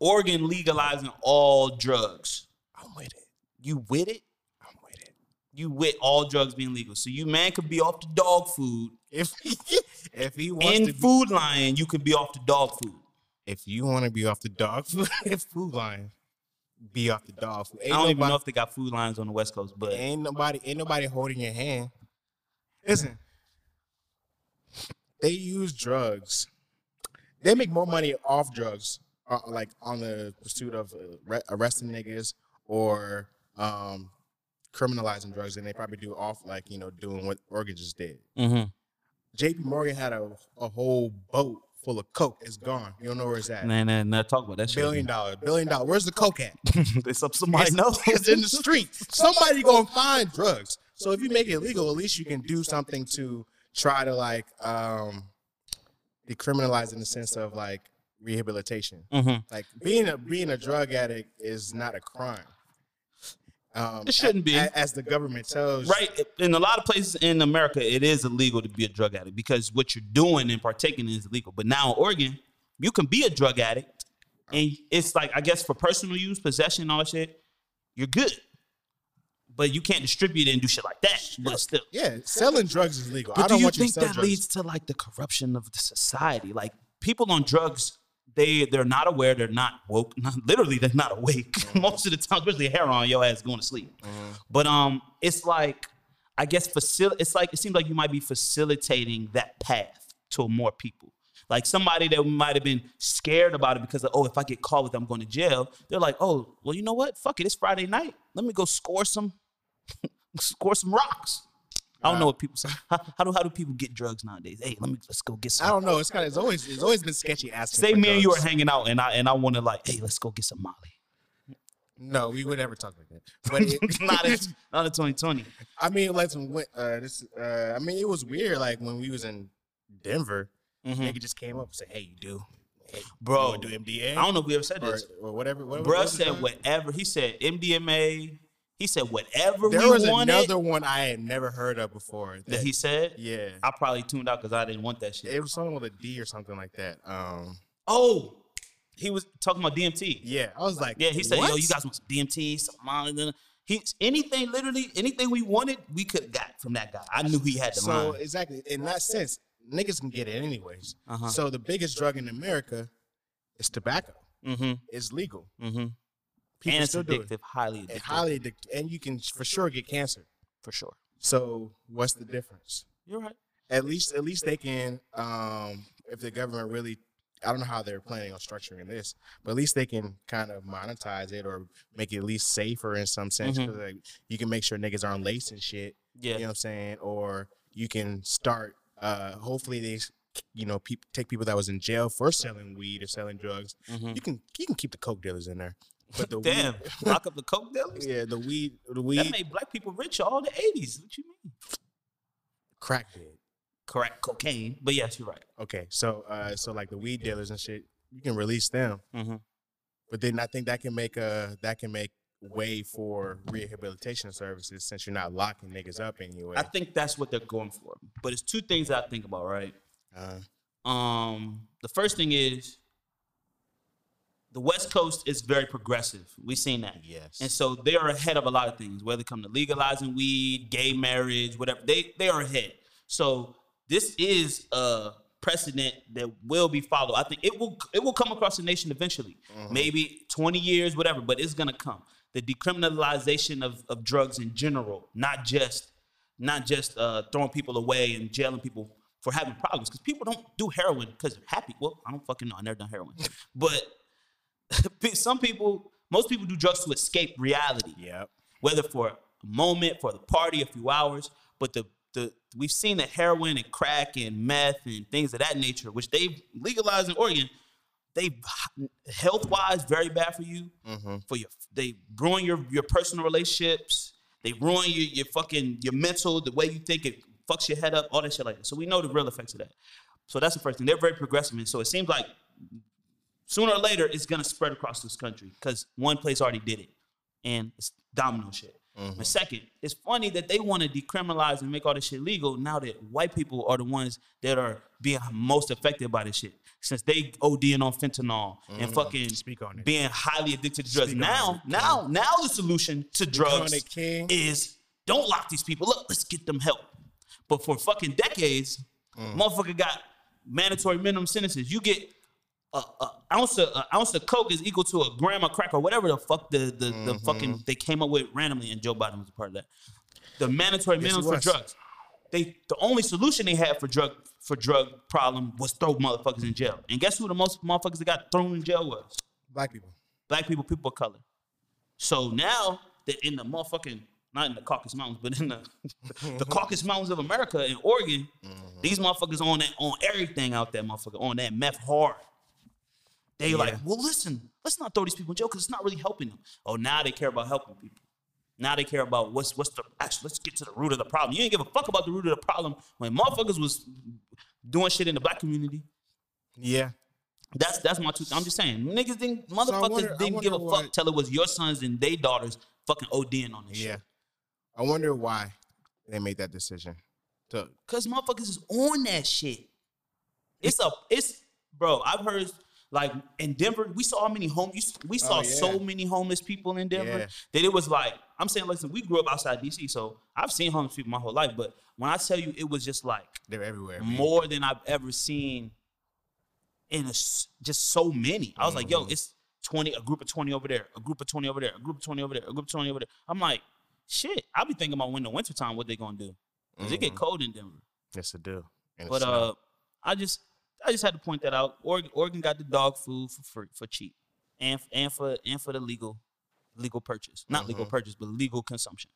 C: Oregon legalizing all drugs.
B: I'm with it.
C: You with it?
B: I'm with it.
C: You with all drugs being legal? So you man could be off the dog food
B: If [LAUGHS] if he wants
C: and
B: to be,
C: Food Lion. You could be off the dog food.
B: if you want to be off the dog food, [LAUGHS] if food line, be off the dog food. Ain't
C: I don't
B: nobody,
C: even know if they got food lines on the West Coast, but
B: ain't nobody ain't nobody holding your hand. Listen, they use drugs. They make more money off drugs, uh, like on the pursuit of uh, re- arresting niggas or um, criminalizing drugs, than they probably do off like you know doing what Oregon just did.
C: mm-hmm.
B: JP Morgan had a, a whole boat full of coke. It's gone. You don't know where it's at.
C: and then talk about that shit. [LAUGHS]
B: Billion dollar, billion dollar. Where's the coke at?
C: it's up somebody knows.
B: It's in the street. [LAUGHS] Somebody gonna find drugs. So if you make it legal, at least you can do something to try to like um decriminalize in the sense of like rehabilitation.
C: [LAUGHS] mm-hmm.
B: Like being a being a drug addict is not a crime. Um,
C: It shouldn't be.
B: a- a- as the government tells
C: right in a lot of places in america it is illegal to be a drug addict because what you're doing and partaking is illegal but now in oregon you can be a drug addict and it's like i guess for personal use possession and all that shit you're good but you can't distribute it and do shit like that but still
B: Yeah, selling drugs is legal. I
C: but
B: don't
C: do you
B: want you
C: think
B: to sell
C: that
B: drugs.
C: leads to like the corruption of the society? Like people on drugs, they they're not aware, they're not woke. Not, literally, they're not awake [LAUGHS]
B: Mm-hmm.
C: most of the time. Especially heroin, your ass going to sleep. But um, it's like I guess facil- It's like it seems like you might be facilitating that path to more people. Like somebody that might have been scared about it because of, oh, if I get caught with, it, I'm going to jail. They're like, oh, well, you know what? Fuck it, it's Friday night. Let me go score some, score some rocks. I don't know what people say. How, how do how do people get drugs nowadays? Hey, let me let's go get
B: I
C: some.
B: don't know. It's kind of it's always it's always been sketchy asking.
C: Say
B: for
C: me and you are
B: drugs.
C: hanging out, and I and I want to like, hey, let's go get some [LAUGHS] Molly.
B: No, we would never talk like that. But it,
C: [LAUGHS] not in not in 2020.
B: I mean, like some win- uh, this. Uh, I mean, it was weird. Like when we was in Denver, nigga just came up and said, "Hey, you do, hey, you
C: Mm-hmm. Bro,
B: wanna do MDA
C: I don't know if we ever said
B: or,
C: this.
B: or whatever." whatever
C: Bruh
B: was the
C: said
B: drug?
C: whatever. He said MDMA. He said whatever
B: There
C: we
B: was
C: wanted
B: another one I had never heard of before. That,
C: that he said.
B: yeah,
C: I probably tuned out because I didn't want that shit.
B: it was something with a D or something like that. Um,
C: oh, he was talking about DMT.
B: yeah, I was like,
C: Yeah, he said, "Yo,
B: "What?"
C: you guys want some DMT, some Molly?" then- He anything, literally anything we wanted, we could have got from that guy. I knew he had the
B: So
C: line.
B: exactly in that sense, niggas can get it anyways.
C: Uh-huh.
B: So the biggest drug in America is tobacco.
C: Mm-hmm.
B: It's legal.
C: Mm-hmm.
B: People
C: and it's
B: still do it.
C: addictive, highly addictive,
B: And highly addictive, and you can for sure get cancer.
C: for sure.
B: So what's the difference?
C: You're right.
B: At least at least they can um if the government really I don't know how they're planning on structuring this, but at least they can kind of monetize it or make it at least safer in some sense.
C: Mm-hmm.
B: 'cause, like you can make sure niggas aren't laced and shit.
C: Yeah.
B: You know what I'm saying? Or you can start uh hopefully they s- you know, peop take people that was in jail for selling weed or selling drugs. You can you can keep the coke dealers in there, but
C: [LAUGHS]
B: the
C: mm-hmm. Mm.
B: [LAUGHS]
C: Damn, lock up the coke dealers.
B: weed, yeah, the weed, the
C: That
B: weed,
C: made black people rich all the '80s. What you mean?
B: crack did.
C: Correct, cocaine. But yes, you're right.
B: Okay, so uh, so like the weed dealers and shit, you can release them,
C: Mhm.
B: but then I think that can make a that can make way for rehabilitation services since you're not locking niggas up anyway.
C: I think that's what they're going for. But it's two things that I think about. Right.
B: Uh,
C: Um, the first thing is the West Coast is very progressive. We've seen that.
B: Yes.
C: And so they are ahead of a lot of things, whether it come to legalizing weed, gay marriage, whatever. They they are ahead. So this is a precedent that will be followed. I think it will it will come across the nation eventually. Maybe 20 years, whatever, but it's gonna come. The decriminalization of, of drugs in general, not just not just uh, throwing people away and jailing people for having problems. Because people don't do heroin because they're happy. Well, I don't fucking know. I never done heroin. but pe- some people, most people do drugs to escape reality,
B: yep.
C: whether for a moment, for the party, a few hours. But the the we've seen that heroin and crack and meth and things of that nature, which they've legalized in Oregon, they health wise very bad for you. For your they ruin your your personal relationships. They ruin your your fucking your mental, the way you think it fucks your head up, all that shit like that. So we know the real effects of that. So that's the first thing. They're very progressive, and so it seems like Sooner or later, it's gonna spread across this country because one place already did it, and it's domino shit. But second, it's funny that they want to decriminalize and make all this shit legal now that white people are the ones that are being most affected by this shit. Since they ODing on fentanyl and fucking
B: Speak on it.
C: being highly addicted to drugs.
B: Speak on
C: now,
B: it.
C: now, now the solution to drugs
B: it, king.
C: is don't lock these people up. Let's get them help. But for fucking decades,
B: Mm.
C: motherfucker got mandatory minimum sentences. You get a, a ounce of a ounce of coke is equal to a gram of crack or whatever the fuck the the, the
B: Mm-hmm.
C: fucking they came up with randomly, and Joe Biden was a part of that. The mandatory
B: Yes, he
C: minimum for
B: was.
C: drugs. They the only solution they had for drug for drug problem was throw motherfuckers in jail. And guess who the most motherfuckers that got thrown in jail was?
B: Black people.
C: black people, people of color. So now that in the motherfucking not in the Caucasus Mountains, but in the [LAUGHS] the Caucasus Mountains of America in Oregon, these motherfuckers on that on everything out there, motherfucker, on that meth hard. They like, well, listen, let's not throw these people in jail because it's not really helping them. Oh, now they care about helping people. Now they care about what's what's the actually, let's get to the root of the problem. You didn't give a fuck about the root of the problem when motherfuckers was doing shit in the black community.
B: Yeah.
C: That's that's my two. I'm just saying, niggas didn't, motherfuckers
B: wonder- I
C: didn't
B: wonder
C: give a
B: why-
C: fuck till it was your sons and they daughters fucking ODing on this
B: Yeah.
C: shit.
B: I wonder why they made that decision. To,
C: Cause motherfuckers is on that shit. It's a it's bro. I've heard like in Denver, we saw how many home. you- We saw
B: Oh, yeah.
C: so many homeless people in Denver
B: Yeah.
C: that it was like I'm saying. Listen, we grew up outside DC, so I've seen homeless people my whole life. But when I tell you, it was just like
B: they're everywhere. man.
C: more than I've ever seen in a, s- just so many. I was like, yo, it's 20, a group of 20 over there, a group of 20 over there, a group of 20 over there, a group of 20 over there. I'm like, shit, I'll be thinking about when the wintertime, what they gonna do. because it get cold in Denver.
B: Yes, it do. And
C: But
B: it's not-
C: uh, I just I just had to point that out. Oregon, Oregon got the dog food for free, for cheap, and and for and for the legal legal purchase, not legal purchase, but legal consumption.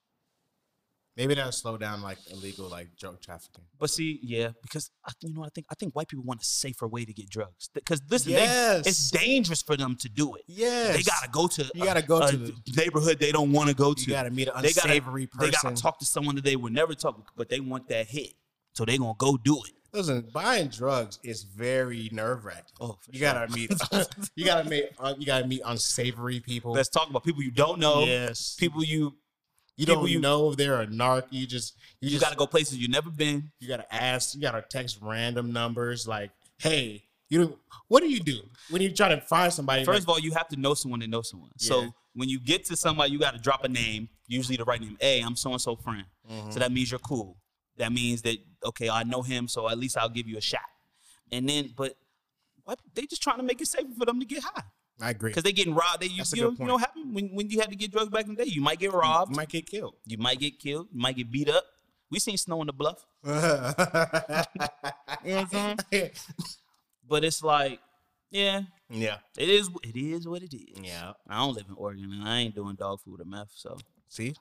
B: maybe that'll slow down like illegal like drug trafficking.
C: But see, yeah, because I, you know, I think I think white people want a safer way to get drugs. Because listen,
B: Yes.
C: they, it's dangerous for them to do it.
B: Yes.
C: they gotta go to
B: You
C: a-
B: gotta go
C: a
B: to the-
C: neighborhood they don't want to go to.
B: gotta meet an
C: They gotta-
B: unsavory
C: They
B: person.
C: gotta talk to someone that they would never talk, with, but they want that hit, so they gonna go do it.
B: Listen, buying drugs is very nerve wracking.
C: Oh, for
B: you gotta meet, you gotta meet, uh, you gotta meet unsavory people.
C: Let's talk about people you don't know.
B: yes, people
C: People you
B: you
C: people
B: don't
C: you-
B: know if they're a narc. You just you,
C: you
B: just
C: gotta go places you never been.
B: you gotta ask. You gotta text random numbers like, hey, you don't, what do you do when you try to find somebody?
C: First
B: like,
C: of all, you have to know someone to know someone. So
B: Yeah.
C: when you get to somebody, you got to drop a name, usually the right name. Hey, I'm so and so friend.
B: Mm-hmm.
C: So that means you're cool. That means that okay, I know him, so at least I'll give you a shot. And then, but what, they just trying to make it safer for them to get high
B: I agree.
C: because they getting robbed. They you,
B: That's a
C: you,
B: good
C: know, you
B: point.
C: know what happened when when you had to get drugs back in the day. You might get
B: You
C: robbed.
B: might get killed.
C: You might get killed. You might get beat up. We seen snow on the bluff. But it's like, yeah, [LAUGHS]
B: yeah,
C: it is. It is what it is.
B: yeah.
C: I don't live in Oregon, and I ain't doing dog food or meth. So.
B: See,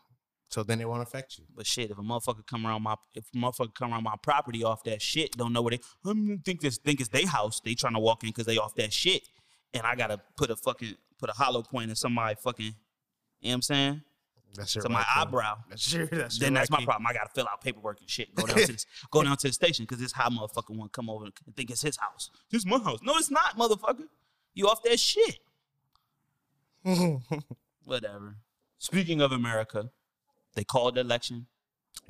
B: so then it won't affect you.
C: But shit, if a motherfucker come around my if a motherfucker come around my property off that shit, don't know where they I don't think this think it's they house. They trying to walk in because they off that shit, and I gotta put a fucking put a hollow point in somebody fucking. You know what I'm saying?
B: That's your
C: to my
B: right, King.
C: eyebrow.
B: That's your. That's your
C: Then that's
B: right,
C: my
B: King.
C: problem. I gotta fill out paperwork and shit. Go down to this, go down to the station because this high motherfucker want to come over and think it's his house. This is my house. No, it's not, motherfucker. You off that shit. Whatever. Speaking of America, they called the election.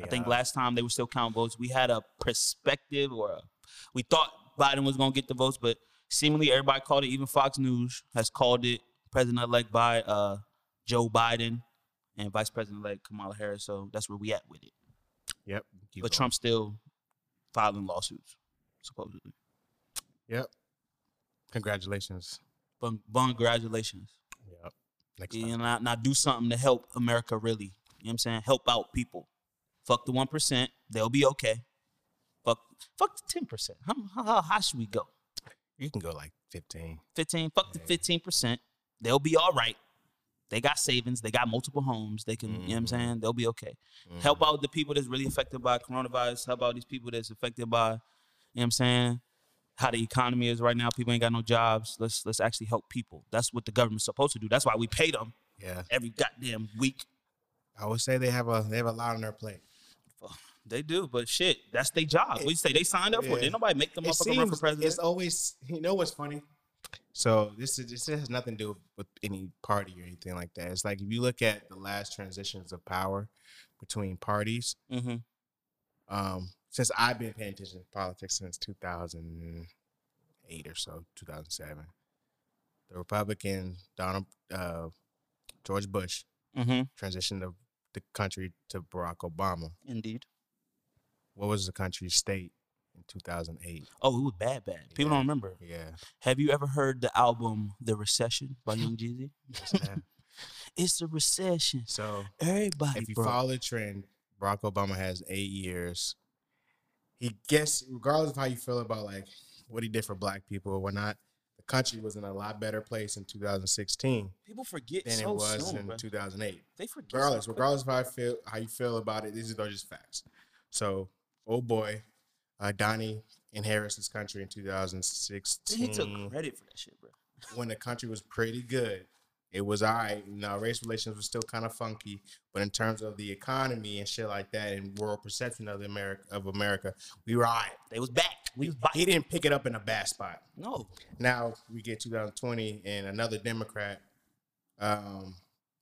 C: I think
B: Yeah.
C: last time they were still counting votes. We had a perspective or a, we thought Biden was going to get the votes, but seemingly everybody called it. Even Fox News has called it President-elect by uh, Joe Biden and Vice President-elect Kamala Harris. So that's where we at with it.
B: Yep. keep
C: but
B: going.
C: Trump's still filing lawsuits, supposedly.
B: Yep. Congratulations.
C: But congratulations.
B: Yep. Next
C: Yeah,
B: time.
C: and I, and I do something to help America really. You know what I'm saying? Help out people. Fuck the one percent. They'll be okay. Fuck fuck the ten percent. How, how, how high should we go?
B: You can go like 15.
C: Fifteen. Fuck the fifteen percent. They'll be all right. They got savings. They got multiple homes. They can. You know what I'm saying? They'll be okay. Help out the people that's really affected by coronavirus. Help out these people that's affected by. You know what I'm saying? How the economy is right now. People ain't got no jobs. Let's let's actually help people. That's what the government's supposed to do. That's why we pay them
B: Yeah.
C: every goddamn week.
B: I would say they have a they have a lot on their plate.
C: They do, but shit, that's their job. We say they signed up for it.
B: Yeah.
C: Didn't nobody make them motherfucker run for president?
B: it's always you know what's funny? So this is this has nothing to do with any party or anything like that. It's like if you look at the last transitions of power between parties,
C: Mm-hmm.
B: um, since I've been paying attention to politics since 2008 or so, 2007. The Republican Donald uh, George Bush
C: Mm-hmm.
B: transitioned the, the country to Barack Obama.
C: Indeed.
B: What was the country's state in 2008?
C: Oh, it was bad, bad.
B: Yeah.
C: People don't remember.
B: Yeah,
C: Have you ever heard the album The Recession by Young Jeezy? [LAUGHS]
B: that's that.
C: It's the recession.
B: so
C: Everybody
B: if you
C: broke.
B: follow the trend, Barack Obama has eight years. He gets, regardless of how you feel about like what he did for Black people or whatnot, the country was in a lot better place in 2016
C: People forget
B: than
C: so
B: it was
C: soon,
B: in
C: bro.
B: 2008.
C: They forget. so
B: Regardless,
C: quick.
B: regardless of how I feel, how you feel about it, these are just facts. So, oh boy, uh, Donnie inherits this country in
C: Dude,
B: 2016
C: He took credit for that shit, bro.
B: when the country was pretty good. It was all right. Now, race relations were still kind of funky, but in terms of the economy and shit like that, and world perception of the America of America, we were all right.
C: They was back. We was back.
B: He didn't pick it up in a bad spot.
C: No.
B: Now we get 2020, and another Democrat, um,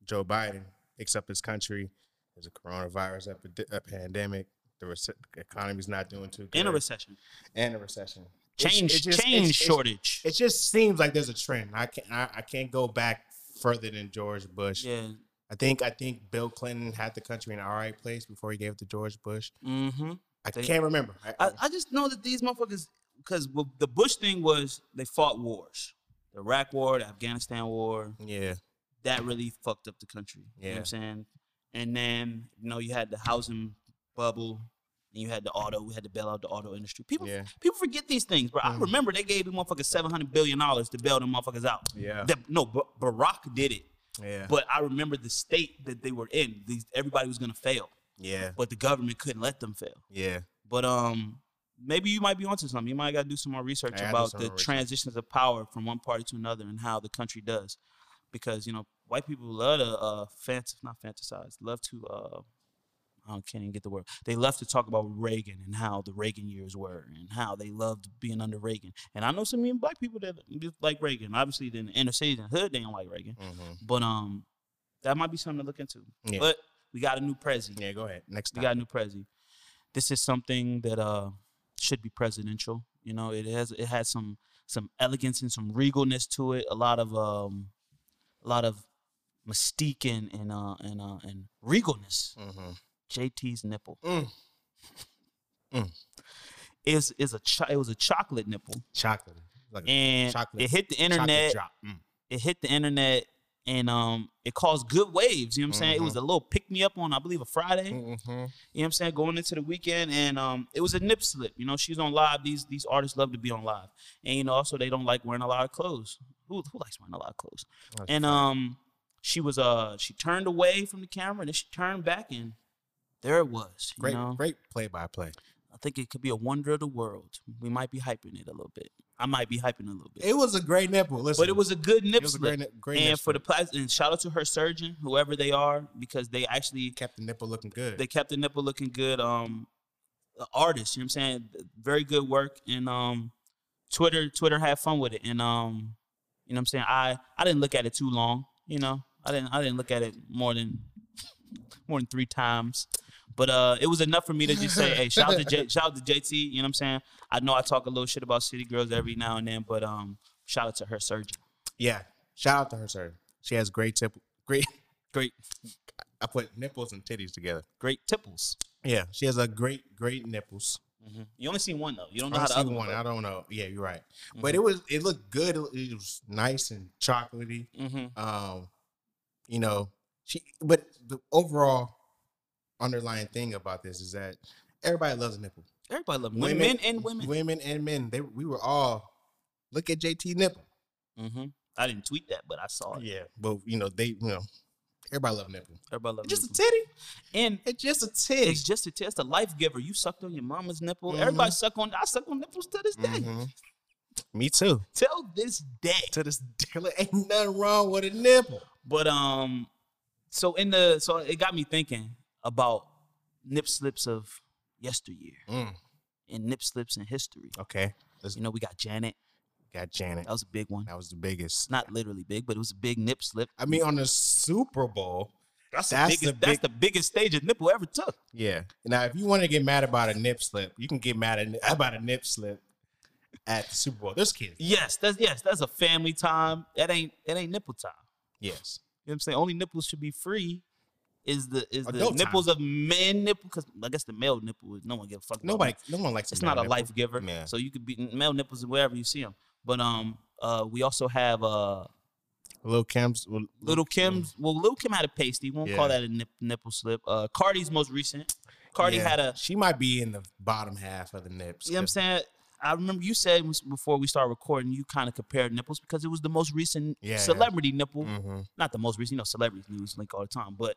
B: Joe Biden, picks up his country. There's a coronavirus epi- a pandemic. The, rece- the economy's not doing too good.
C: In a recession.
B: and a recession. It-
C: Change
B: it just-
C: change
B: it's- it's-
C: shortage.
B: it just seems like there's a trend. I can't I, I can't go back further than George Bush.
C: yeah.
B: I think I think Bill Clinton had the country in an all right place before he gave it to George Bush.
C: Mm-hmm.
B: I
C: They-
B: can't remember. I,
C: I, I just know that these motherfuckers, because the Bush thing was they fought wars, the Iraq War, the Afghanistan War.
B: yeah,
C: That really fucked up the country. You know what
B: Yeah.
C: I'm saying? And then you know you had the housing bubble, and you had the auto. We had to bail out the auto industry. People,
B: Yeah.
C: people forget these things, bro. I
B: Mhm.
C: remember they gave them motherfuckers seven hundred billion dollars to bail them motherfuckers out.
B: Yeah.
C: The- no, Ba- Barack did it,
B: yeah,
C: but I remember the state that they were in. These everybody was gonna fail,
B: yeah,
C: but the government couldn't let them fail.
B: yeah.
C: But um, maybe you might be onto something. You might got to do some more research
B: I gotta do
C: about
B: some
C: the
B: more research.
C: transitions of power from one party to another and how the country does, because you know white people love to uh, fant- not fantasize, love to uh, I don't- can't even get the word. They love to talk about Reagan and how the Reagan years were and how they loved being under Reagan. And I know some even black people that just like Reagan. Obviously, in the inner city and hood, they don't like Reagan.
B: Mhm.
C: But um, that might be something to look into.
B: Yeah.
C: But we got a new president.
B: Yeah, go ahead. Next
C: We
B: time.
C: got a new prezi. This is something that uh should be presidential. You know, it has it has some some elegance and some regalness to it. A lot of um, a lot of mystique and and uh and uh and regalness.
B: Mhm.
C: JT's nipple
B: Mm.
C: is is a cho- it was a chocolate nipple,
B: Chocolate, like a
C: and
B: chocolate-
C: it hit the
B: chocolate
C: internet.
B: drop. Mm.
C: It hit the internet. And um, it caused good waves.
B: Mm-hmm.
C: You know what I'm saying? It was a little pick me up on, I believe, a Friday.
B: Mhm.
C: You know what I'm saying? Going into the weekend, and um, it was a nip slip. You know, she's on live. These these artists love to be on live, and you know, also they don't like wearing a lot of clothes. Who who likes wearing a lot of clothes?
B: That's
C: and um, she was uh, she turned away from the camera, and then she turned back, and there it was. You
B: Great,
C: know?
B: great play-by-play.
C: I think it could be a wonder of the world. We might be hyping it a little bit. I might be hyping it a little bit,
B: It was a great nipple. Listen,
C: but it was a good nip
B: it was a
C: slip.
B: great, nip- great
C: and
B: nip
C: for the
B: slip.
C: plas- and shout out to her surgeon, whoever they are, because they actually
B: kept the nipple looking good.
C: they kept the nipple looking good. Um, the artist, you know what I'm saying? Very good work. And um, Twitter, Twitter had fun with it. And um, you know what I'm saying? I I didn't look at it too long. You know, I didn't I didn't look at it more than [LAUGHS] more than three times. But uh, it was enough for me to just say, hey, shout out to J- shout out to JT. You know what I'm saying? I know I talk a little shit about City Girls every now and then, but um, shout out to her surgeon.
B: yeah, shout out to her, sir. She has great tip, great.
C: Great,
B: I put nipples and titties together.
C: great tipples.
B: Yeah, she has a great, great nipples.
C: Mm-hmm. You only seen one though. You don't know
B: I
C: how the
B: don't
C: other
B: see
C: one. Mm-hmm.
B: one. I don't know. Yeah, you're right. But it was, it looked good. It was nice and chocolatey.
C: Mm-hmm.
B: Um, you know, she. But the overall underlying thing about this is that everybody loves a nipple.
C: Everybody love women, women and women.
B: women and men. They we were all look at JT nipple.
C: Mm-hmm. I didn't tweet that, but I saw it.
B: Yeah, but you know they, you know, everybody love nipple.
C: Everybody loved
B: It's just a
C: nipple.
B: titty.
C: and
B: It's just a titty.
C: it's just a test, a life giver. You sucked on your mama's nipple.
B: Mhm.
C: Everybody suck on. I suck on nipples to this day.
B: Mhm. Me too.
C: Till this day.
B: To this day, like, [LAUGHS] ain't nothing wrong with a nipple.
C: But um, so in the so it got me thinking about nip slips of yesteryear
B: Mm,
C: and nip slips in history.
B: okay.
C: You know, we got Janet,
B: got Janet.
C: That was a big one.
B: That was the biggest.
C: Not literally big, but it was a big nip slip.
B: I mean, on the Super Bowl,
C: That's,
B: that's
C: the, biggest,
B: the
C: that's
B: big-
C: the biggest stage a nipple ever took.
B: yeah. Now, if you want to get mad about a nip slip, you can get mad at, about a nip slip at the Super Bowl. There's kids.
C: Yes, that's yes, that's a family time. That ain't that ain't nipple time.
B: Yes.
C: You know what I'm saying? Only nipples should be free. Is the is the
B: Adult time.
C: nipples of men nipple? Because I guess the male nipple, no one gives a fuck. about
B: Nobody, no one likes.
C: it's
B: mad
C: not a
B: nipple.
C: life giver.
B: Yeah.
C: So you could be male nipples wherever you see them. But um, uh, we also have uh,
B: Little Kim's. well,
C: Little Kim's. Well, Little Kim had a pasty. Won't call
B: Yeah.
C: that a nip, nipple slip. Uh, Cardi's most recent. Cardi
B: yeah.
C: had a.
B: She might be in the bottom half of the nips.
C: You know what I'm saying? I remember you said was- before we started recording, you kind of compared nipples because it was the most recent
B: Yeah, yeah.
C: celebrity nipple.
B: Mm-hmm.
C: Not the most recent, you know, celebrities news link all the time, but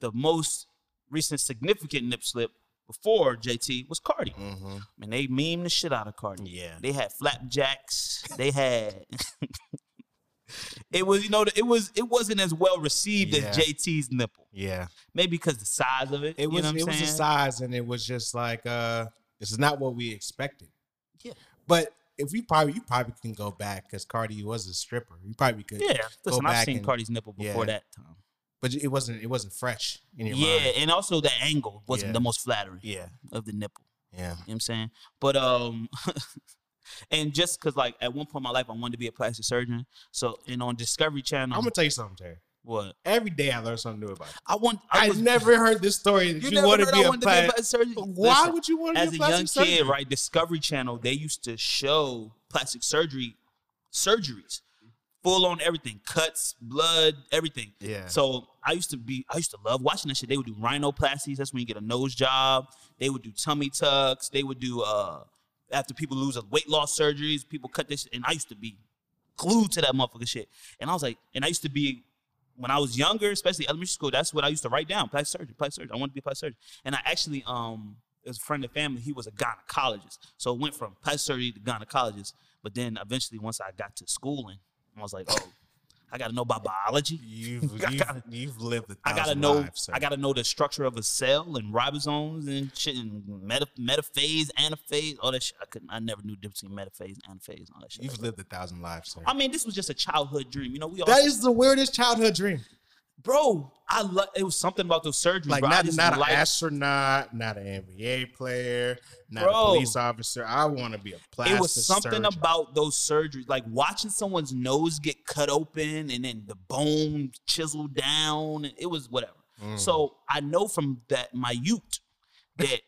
C: the most recent significant nip slip before JT was Cardi.
B: Mm-hmm.
C: And they memed the shit out of Cardi.
B: Yeah.
C: They had flapjacks. They had. [LAUGHS] it was you know it was it wasn't as well received
B: Yeah.
C: as JT's nipple.
B: Yeah.
C: Maybe because the size of it.
B: It was.
C: You know what I'm
B: it was
C: saying?
B: a size, and it was just like, uh, this is not what we expected.
C: Yeah.
B: But if we probably, you probably can go back because Cardi was a stripper. You probably could.
C: Yeah. Listen, I've
B: back
C: seen
B: and-
C: Cardi's nipple before
B: Yeah.
C: that time.
B: But it wasn't. It wasn't fresh in your
C: yeah,
B: mind.
C: and also the angle wasn't
B: Yeah.
C: the most flattering
B: Yeah.
C: of the nipple.
B: Yeah.
C: You know what I'm saying? But um [LAUGHS] and just cause like at one point in my life I wanted to be a plastic surgeon. So and on Discovery Channel
B: I'm gonna tell you something, Terry.
C: what
B: Every day I learn something new about you.
C: I want I,
B: I,
C: was,
B: never heard this story that
C: you,
B: you,
C: never
B: want
C: heard
B: to
C: I
B: be a
C: wanted to be a
B: plastic.
C: plastic surgeon.
B: Why
C: Listen,
B: would you want to
C: as
B: be
C: a
B: a
C: young
B: plastic surgeon?
C: kid, right? Discovery Channel, they used to show plastic surgery surgeries. Full on everything, cuts, blood, everything.
B: Yeah.
C: So I used to be, I used to love watching that shit. They would do rhinoplasties. That's when you get a nose job. They would do tummy tucks. They would do uh after people lose a weight loss surgeries, people cut this. And I used to be glued to that motherfucker shit. And I was like, and I used to be when I was younger, especially elementary school, that's what I used to write down. Plastic surgeon, plastic surgeon. I want to be a plastic surgeon. And I actually, um, as a friend of the family, he was a gynecologist. So it went from plastic surgery to gynecologist. But then eventually, once I got to schooling, I was like, oh, I got to know about biology.
B: You've
C: [LAUGHS] I
B: you've,
C: gotta-
B: you've lived. A
C: I gotta
B: thousand
C: know.
B: lives, sir.
C: I gotta know the structure of a cell and ribosomes and shit and meta, metaphase, anaphase, all that shit. I couldn't. I never knew the difference between metaphase, anaphase, and all that shit.
B: You've lived a thousand lives, sir.
C: I mean, this was just a childhood dream. You know, we all
B: That is the weirdest childhood dream.
C: bro. I love. It was something about those surgeries.
B: Like
C: bro. I
B: not
C: just
B: not an
C: liked-
B: astronaut, not an NBA player, not
C: Bro.
B: a police officer. I want to be a plastic.
C: It was something
B: surgeon.
C: about those surgeries, like watching someone's nose get cut open and then the bone chiseled down. and It was whatever.
B: Mm.
C: So I know from that my youth that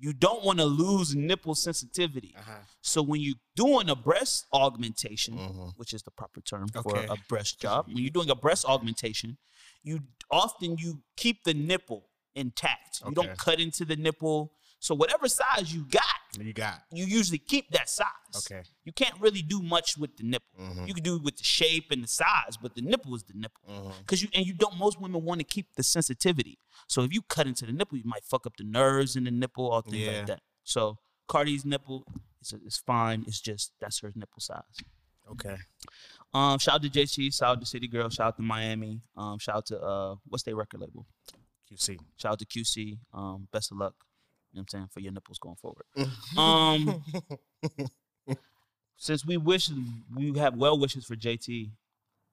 C: you don't want to lose nipple sensitivity.
B: Uh-huh.
C: So when you're doing a breast augmentation, which is the proper term for
B: Mm-hmm. Okay.
C: a breast job, when you're doing a breast augmentation, you often you keep the nipple intact. You
B: Okay.
C: don't cut into the nipple. So whatever size you got,
B: you got.
C: you usually keep that size.
B: Okay. Mm-hmm.
C: You can't really do much with the nipple. You can do with the shape and the size, but the nipple is the nipple.
B: Mm. Uh-huh.
C: Cause you and you don't. Most women want to keep the sensitivity. So if you cut into the nipple, you might fuck up the nerves in the nipple, all things
B: Yeah.
C: like that. So Cardi's nipple is it's fine. It's just that's her nipple size.
B: Okay.
C: Um, shout out to JC, shout out to City Girl, shout out to Miami, um, shout out to uh, what's their record label?
B: QC.
C: Shout out to QC. Um, best of luck. You know what I'm saying for your nipples
B: [LAUGHS]
C: going forward. um, since we wish we have well wishes for JT,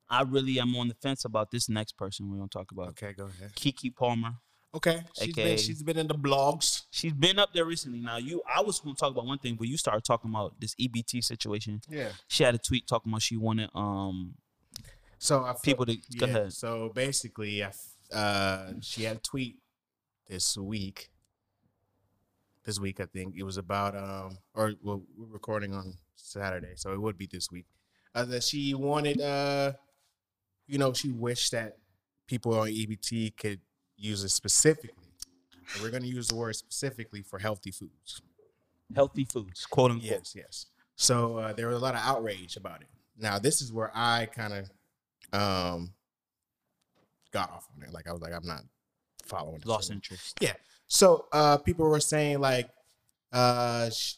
C: I really am on the fence about this next person we're gonna talk about.
B: Okay, go ahead.
C: Kiki Palmer.
B: Okay. She's
C: AKA.
B: been she's been in the blogs.
C: She's been up there recently. Now you, I was gonna talk about one thing, but you started talking about this EBT situation.
B: Yeah.
C: She had a tweet talking about she wanted um
B: So I feel-
C: People to- go ahead.
B: So basically, I f- uh, she had a tweet this week. This week, I think it was about, um, or well, we're recording on Saturday, so it would be this week. Uh, that she wanted, uh, you know, she wished that people on EBT could use it specifically. And we're going to use the word specifically for healthy foods.
C: healthy foods, quote unquote.
B: Yes, yes. So uh, there was a lot of outrage about it. Now this is where I kind of um got off on it. Like I was like, I'm not following. this
C: Lost
B: anymore.
C: interest.
B: Yeah. So uh, people were saying like, uh, sh-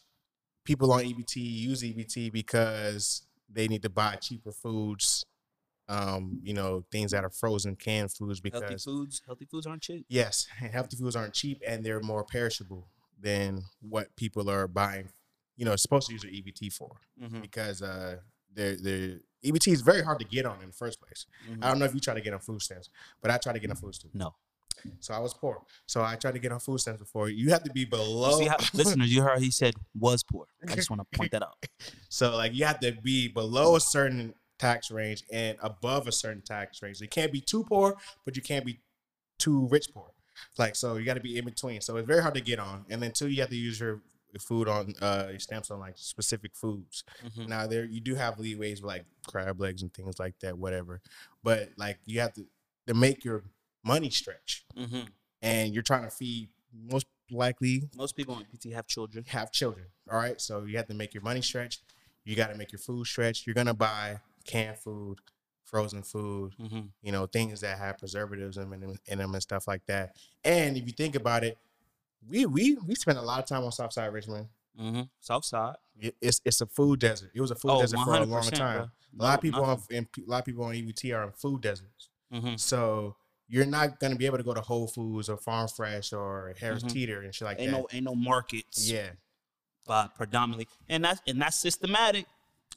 B: people on EBT use EBT because they need to buy cheaper foods. Um, you know, things that are frozen canned foods
C: Healthy
B: because
C: foods, healthy foods aren't cheap.
B: Yes, [LAUGHS] and healthy foods aren't cheap and they're more perishable than what people are buying. You know, supposed to use their EBT E for
C: Mhm.
B: because uh, they're they're EBT is very hard to get on in the first place.
C: Mm-hmm.
B: I don't know if you try to get on food stamps, but I tried to get on food stamps.
C: No.
B: So I was poor. So I tried to get on food stamps before. You have to be below.
C: See
B: [LAUGHS]
C: how, listeners, you heard he said was poor. I just want to point that out.
B: so like you have to be below a certain tax range and above a certain tax range. You can't be too poor, but you can't be too rich poor. Like so, you got to be in between. So it's very hard to get on. And then two, you have to use your food on uh, your stamps on like specific foods.
C: Mhm.
B: Now there you do have leeways with like crab legs and things like that, whatever. But like you have to, to make your money stretch,
C: Mhm.
B: and you're trying to feed most likely
C: Most people on PT have children.
B: have children. All right, so you have to make your money stretch. You got to make your food stretch. You're gonna buy canned food, frozen food,
C: Mm-hmm.
B: you know, things that have preservatives in them, in them and stuff like that. And if you think about it, we we we spent a lot of time on Southside Richmond.
C: Mm-hmm. Southside.
B: It- It's it's a food desert. It was a food
C: Oh,
B: desert for a long
C: 100%,
B: time. A
C: bro.
B: lot
C: No,
B: of people on
C: nothing.
B: in, a lot of people on EBT are in food deserts.
C: Mm-hmm.
B: So you're not gonna be able to go to Whole Foods or Farm Fresh or Harris
C: Mhm.
B: Teeter and shit like
C: Ain't
B: that.
C: no ain't no markets.
B: yeah,
C: But predominantly, and that's and that's systematic.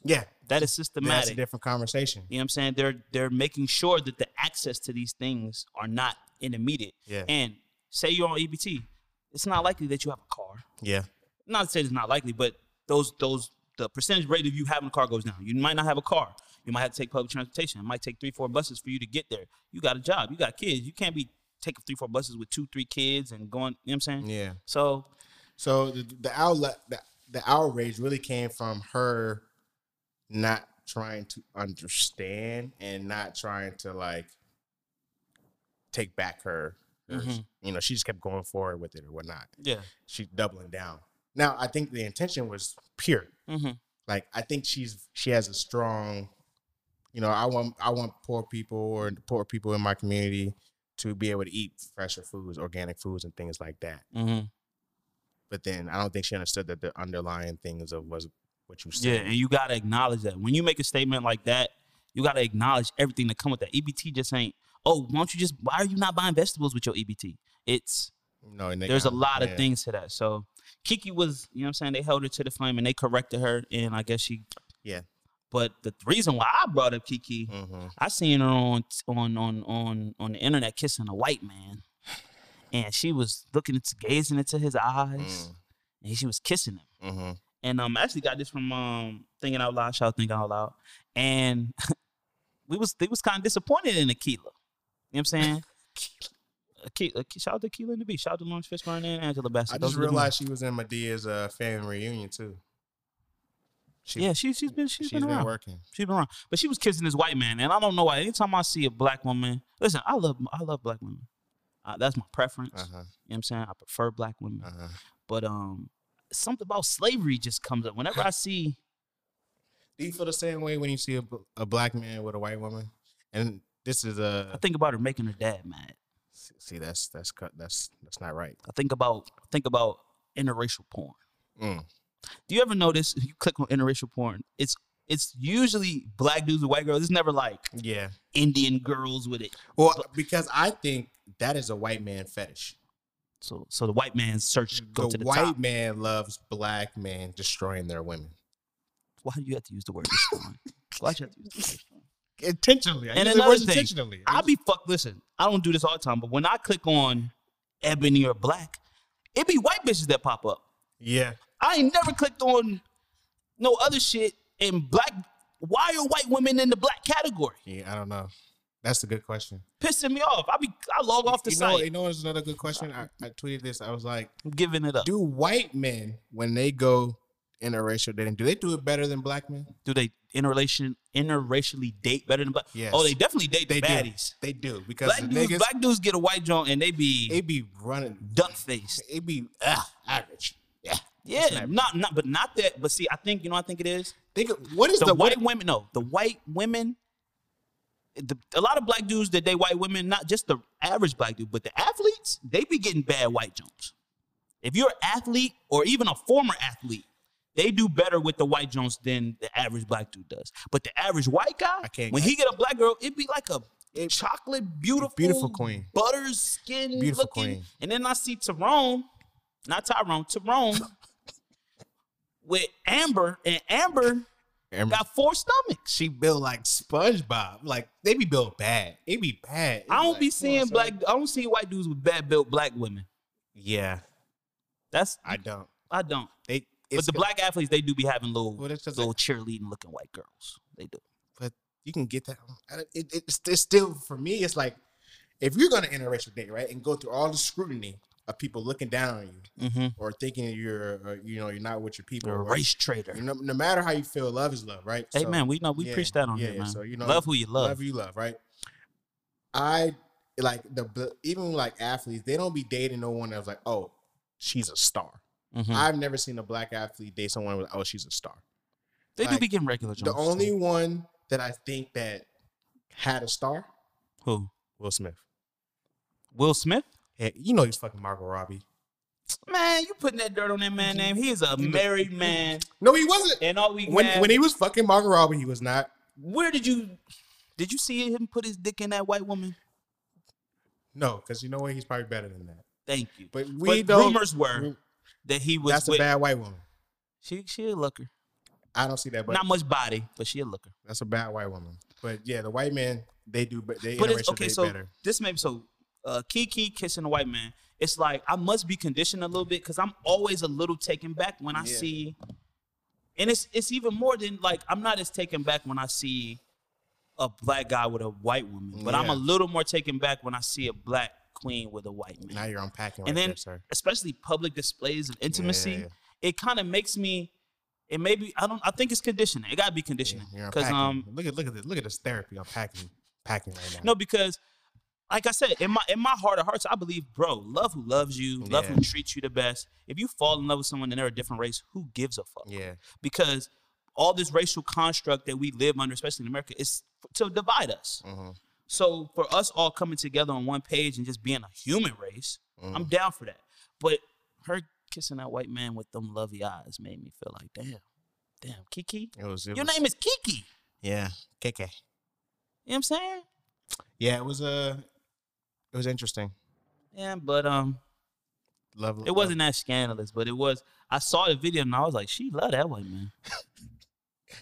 B: yeah.
C: That is
B: That's a
C: systematic.
B: different conversation.
C: You know what I'm saying? They're they're making sure that the access to these things are not intermediate.
B: Yeah.
C: And say you're on EBT, it's not likely that you have a car.
B: Yeah,
C: Not to say it's not likely, but those those the percentage rate of you having a car goes down. You might not have a car. You might have to take public transportation. It might take three, four buses for you to get there. You got a job. You got kids. You can't be taking three, four buses with two, three kids and going. You know what I'm saying?
B: yeah.
C: So
B: So the, the outlet, the, the outrage really came from her not trying to understand and not trying to like take back her. her-
C: Mhm.
B: You know, she just kept going forward with it or whatnot.
C: yeah.
B: She doubling down. Now, I think the intention was pure.
C: Mm-hmm.
B: Like, I think she's she has a strong. You know, I want I want poor people or poor people in my community to be able to eat fresher foods, organic foods, and things like that
C: Mm-hmm.
B: but then I don't think she understood that the underlying things of was what you
C: Yeah,
B: said.
C: and you gotta acknowledge that when you make a statement like that, you gotta acknowledge everything that come with that. EBT just ain't. Oh, why don't you just? Why are you not buying vegetables with your EBT? It's
B: no, and they
C: there's a
B: got-
C: lot of
B: yeah.
C: things to that. So Kiki was, you know, what I'm saying they held her to the flame and they corrected her, and I guess she.
B: Yeah.
C: But the reason why I brought up Kiki,
B: Mhm.
C: I seen her on on on on on the internet kissing a white man, and she was looking into gazing into his eyes,
B: Mm.
C: and she was kissing him
B: Mhm.
C: and um, I actually got this from um, Thinking Out Loud. Shout out Thinking Out Loud, and [LAUGHS] we was they was kind of disappointed in Akila. You know what I'm
B: [LAUGHS]
C: saying? Akila, Akila, shout out to Akila and the B. Shout out to Lawrence Fishburne and Angela Bassett.
B: I
C: Those
B: just
C: are the
B: realized she was in Medea's uh, family reunion too.
C: ones. yeah, she she's been
B: she's
C: she's been
B: been
C: around.
B: working.
C: She's been around, but she was kissing this white man, and I don't know why. Anytime I see a black woman, listen, I love I love black women. Uh, that's my preference.
B: Uh huh.
C: You know what I'm saying I prefer black women.
B: Uh huh.
C: But um, something about slavery just comes up whenever I see.
B: Do you feel the same way when you see a, bl- a black man with a white woman? And this is
C: I
B: a
C: think about her making her dad mad.
B: see that's that's cut that's that's not right.
C: I think about I think about interracial porn.
B: Mm.
C: Do you ever notice if you click on interracial porn, it's it's usually black dudes with white girls. It's never like
B: Yeah.
C: Indian girls with it.
B: Well, because I think that is a white man fetish.
C: So so the white man's search go
B: the
C: to the
B: white
C: top.
B: man loves black men destroying their women
C: Why do you have to use the word destroying? Why do you have to use the word destroying?
B: intentionally. I
C: And
B: use the
C: another
B: word
C: thing,
B: intentionally.
C: I'll be fucked. Listen, I don't do this all the time, but when I click on ebony or black, it be white bitches that pop up.
B: yeah.
C: I ain't never clicked on no other shit and black. Why are white women in the black category?
B: Yeah, I don't know. That's a good question.
C: pissing me off. I be I log off the
B: you know,
C: site.
B: you know, it's another good question. I, I tweeted this. I was like,
C: I'm giving it up. Do,
B: do white men when they go interracial dating, do they do it better than black men?
C: they interrelation interracially date better than black?
B: Yes.
C: Oh, they definitely date
B: They
C: the
B: do.
C: baddies.
B: They do because
C: Black
B: the
C: dudes,
B: niggas
C: black dudes get a white joint and they be
B: they be running.
C: duck faced.
B: They be ah, average. Yeah.
C: Yeah, not not but not that. But see, I think you know. what I think it is
B: Think of- what is
C: the,
B: the,
C: white women. No, the white women. The, a lot of black dudes that date white women, not just the average black dude, but the athletes, they be getting bad white joints. If you're an athlete or even a former athlete, they do better with the white Jones than the average black dude does. But the average white guy,
B: I can't-
C: when he get a black girl, it'd be like a
B: It-
C: chocolate, beautiful,
B: beautiful queen.
C: butter skin
B: Beautiful
C: looking.
B: queen.
C: And then I see Tyrone,
B: [LAUGHS]
C: not Tyrone, Tyrone with Amber, and Amber
B: Amber,
C: Got four stomachs.
B: she built like SpongeBob. Like they be built bad. It be bad. It
C: I don't
B: like, come
C: be
B: on,
C: seeing
B: son.
C: black. I don't see white dudes with bad built black women.
B: Yeah,
C: That's
B: I don't.
C: I don't.
B: They.
C: but
B: It's
C: the black athletes, they do be having little
B: Well, that's 'cause
C: little cheerleading looking white girls. They do.
B: you can get that. I don't- It, it, it's, it's still for me. It's like if you're gonna interracial date, right, and go through all the scrutiny of people looking down on you
C: Mm-hmm.
B: or thinking you're, uh, you know, you're not with your people.
C: You're a
B: or-
C: race traitor.
B: No, no matter how you feel, love is love, right?
C: Hey
B: So-
C: man, we know we
B: yeah,
C: preach that on
B: yeah,
C: here,
B: yeah,
C: man.
B: so, you know,
C: love who you love.
B: love you love right i like the bl- even like athletes they don't be dating no one that's like oh she's a star
C: Mhm.
B: i've never seen a black athlete date someone with oh she's a star
C: they do
B: like,
C: be getting regular. Jones
B: the only
C: too.
B: one that i think that had a star
C: who
B: will smith
C: Will Smith.
B: hey, you know he's fucking margot robbie
C: Man, you putting that dirt on that man name. He is a married man,
B: no he wasn't
C: and all we
B: Mm-hmm. when,
C: have-
B: when he was fucking margot robbie he was not
C: where did you did you see him put his dick in that white woman?
B: no because you know what he's probably better than that
C: Thank you.
B: but we
C: But
B: don't
C: rumors were that he was
B: that's
C: with
B: a bad white woman
C: she. She a looker.
B: i don't see that but
C: Not much body, but she a looker.
B: That's a bad white woman. But yeah, the white men they do, but they
C: But
B: interracial
C: it's okay.
B: date
C: So
B: better.
C: this maybe so uh, Kiki kissing a white man. It's like I must be conditioned a little bit because I'm always a little taken back when I
B: Yeah.
C: see, and it's it's even more than like I'm not as taken back when I see a black guy with a white woman, but I'm a
B: Yeah.
C: little more taken back when I see a black queen with a white man
B: Now you're unpacking,
C: and
B: right
C: then
B: there, sir.
C: especially public displays of intimacy,
B: yeah.
C: it kind of makes me. It maybe I don't. I think it's conditioning. It gotta be conditioning
B: You're
C: because
B: unpacking.
C: um
B: look at look at this look at this therapy unpacking packing right now.
C: no because like I said in my in my heart of hearts I believe bro love who loves you love who
B: Yeah.
C: treats you the best. If you fall in love with someone and they're a different race, who gives a fuck?
B: Yeah,
C: Because all this racial construct that we live under, especially in America, is to divide us.
B: Mhm.
C: So for us all coming together on one page and just being a human race,
B: Mm.
C: I'm down for that. But her kissing that white man with them lovey eyes made me feel like, damn, damn, Kiki.
B: it was. It
C: Your
B: was-
C: name is Kiki.
B: Yeah, KK.
C: You know what I'm saying?
B: Yeah, it was uh, it was interesting.
C: Yeah, but um,
B: Love.
C: it wasn't that scandalous, but it was. I saw the video and I was like, she love that white man.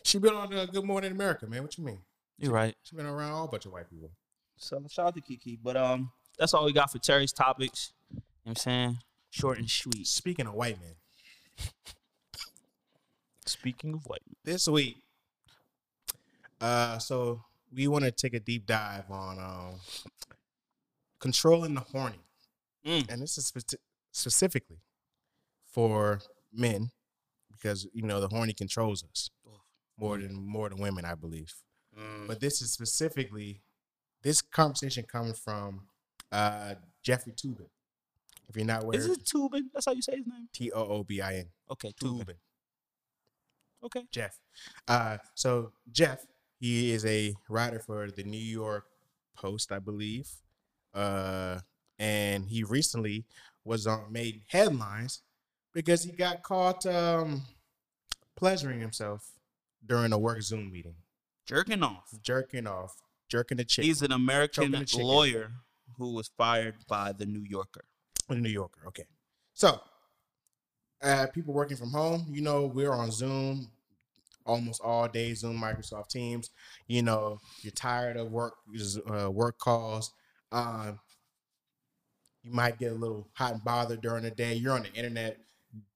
B: She been on uh, Good Morning America, man. What you mean?
C: You're right.
B: She been around all bunch of white people.
C: So shout out to Kiki. But um, that's all we got for Terry's topics. You know what I'm saying? Short and sweet.
B: Speaking of white men,
C: Speaking of white,
B: this week, uh, so we want to take a deep dive on um, controlling the horny,
C: Mm.
B: and this is speci- specifically for men because you know the horny controls us more than more than women, I believe.
C: Mm.
B: But this is specifically this conversation coming from uh, Jeffrey Tubin. If you're not aware,
C: is it Tubin? That's how you say his name.
B: T O O B I N
C: Okay, Tubin.
B: Tubin.
C: Okay.
B: Jeff. Uh, so Jeff, he is a writer for the New York Post, I believe, uh, and he recently was on made headlines because he got caught um, pleasuring himself during a work Zoom meeting,
C: Jerking off.
B: jerking off, jerking the chick.
C: He's an American
B: Choking the chicken.
C: lawyer who was fired by the New Yorker.
B: The New Yorker. Okay. So, uh, people working from home, you know, we're on Zoom almost all day. Zoom, Microsoft Teams. You know, you're tired of work uh, work calls. Um, you might get a little hot and bothered during the day. You're on the internet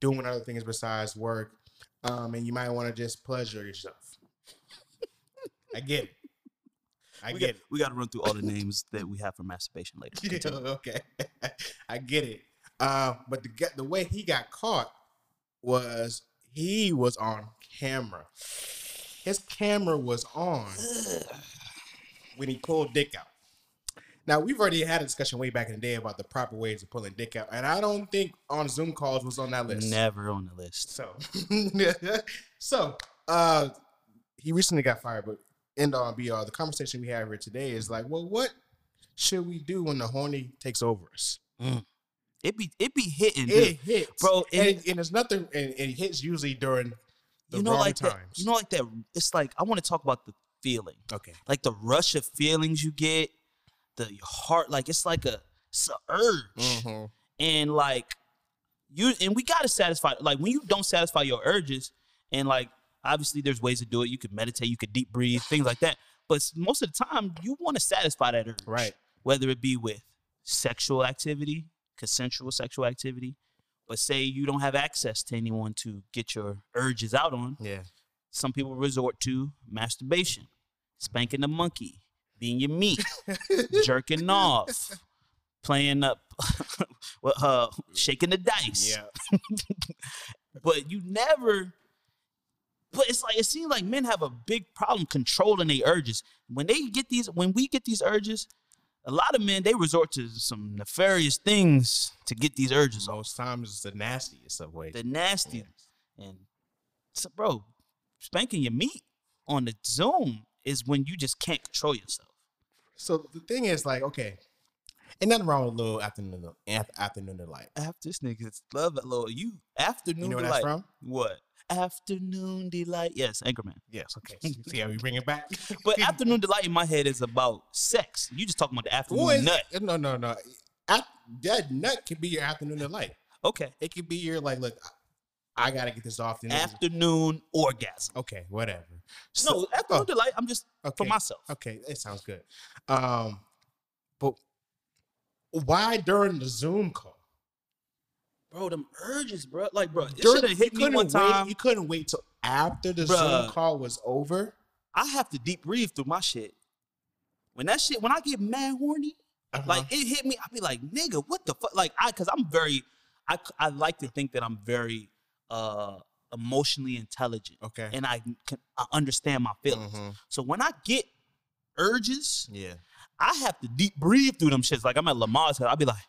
B: doing other things besides work, um, and you might want to just pleasure yourself. I get it. I
C: we
B: get
C: got,
B: it.
C: We got to run through all the names that we have for masturbation
B: [LAUGHS]
C: later.
B: Yeah,
C: Continue.
B: okay. I get it. Uh, but the gu- the way he got caught was he was on camera. His camera was on when he pulled dick out. Now we've already had a discussion way back in the day about the proper ways of pulling dick out, and I don't think on Zoom calls was on that list.
C: Never on the list. [LAUGHS]
B: So, so uh, he recently got fired, but end all be all. The conversation we have here today is like, well, what should we do when the horny takes over us?
C: It be it be
B: It
C: hitting, dude.
B: hits,
C: Bro,
B: and,
C: it-
B: and it's nothing, and it hits usually during the
C: you know,
B: wrong
C: like
B: times.
C: that, you know, like that. It's like I want to talk about the feeling,
B: okay,
C: like the rush of feelings you get, the your heart. Like it's like a it's a urge,
B: Mm-hmm.
C: Mm-hmm. and like you and we gotta satisfy. Like when you don't satisfy your urges, and like Obviously, there's ways to do it. You could meditate, you could deep breathe, things like that. But s- most of the time, you want to satisfy that urge,
B: Right.
C: Whether it be with sexual activity, consensual sexual activity, but say you don't have access to anyone to get your urges out on,
B: Yeah.
C: some people resort to masturbation, spanking the monkey, being your meat, jerking off, playing up, [LAUGHS] well, uh, shaking the dice. But you never. But it's like it seems like men have a big problem controlling their urges. When they get these, when we get these urges, a lot of men they resort to some nefarious things to get these urges off.
B: Most times it's the nastiest of ways.
C: The nasty and so, bro, spanking your meat on the Zoom is when you just can't control yourself.
B: So the thing is, like, okay, and nothing wrong with a little afternoon, af- afternoon delight.
C: After this nigga's love it, Lord. You afternoon
B: You know where
C: delight.
B: that's from?
C: What? Afternoon delight. Yes, Anchorman.
B: Yes. Okay. [LAUGHS] See how we bring it back.
C: [LAUGHS] But afternoon delight in my head is about sex. You just talking about the afternoon
B: What is-
C: nut.
B: No, no, no. Af- that nut could be your afternoon delight.
C: Okay.
B: It could be your like, look, I, I gotta get this off. and this is-
C: Afternoon orgasm.
B: Okay, whatever.
C: No,
B: So-
C: afternoon
B: oh,
C: delight. I'm just for
B: okay.
C: myself.
B: Okay, it sounds good. Um, but why during the Zoom call?
C: Bro, them urges, bro. Like, bro, it
B: During-
C: should have
B: you
C: hit me
B: couldn't
C: one time.
B: Wait, you couldn't wait till after the Zoom
C: Bruh.
B: call was over.
C: I have to deep breathe through my shit. When that shit, when I get mad horny,
B: Uh-huh.
C: like it hit me, I be like, nigga, what the fuck? Like I, cause I'm very, I, c- I like to think that I'm very uh emotionally intelligent,
B: Okay.
C: and I can I understand my feelings.
B: Mhm.
C: So when I get urges,
B: Yeah.
C: I have to deep breathe through them shits. Like I'm at Lamar's house, I'll be like,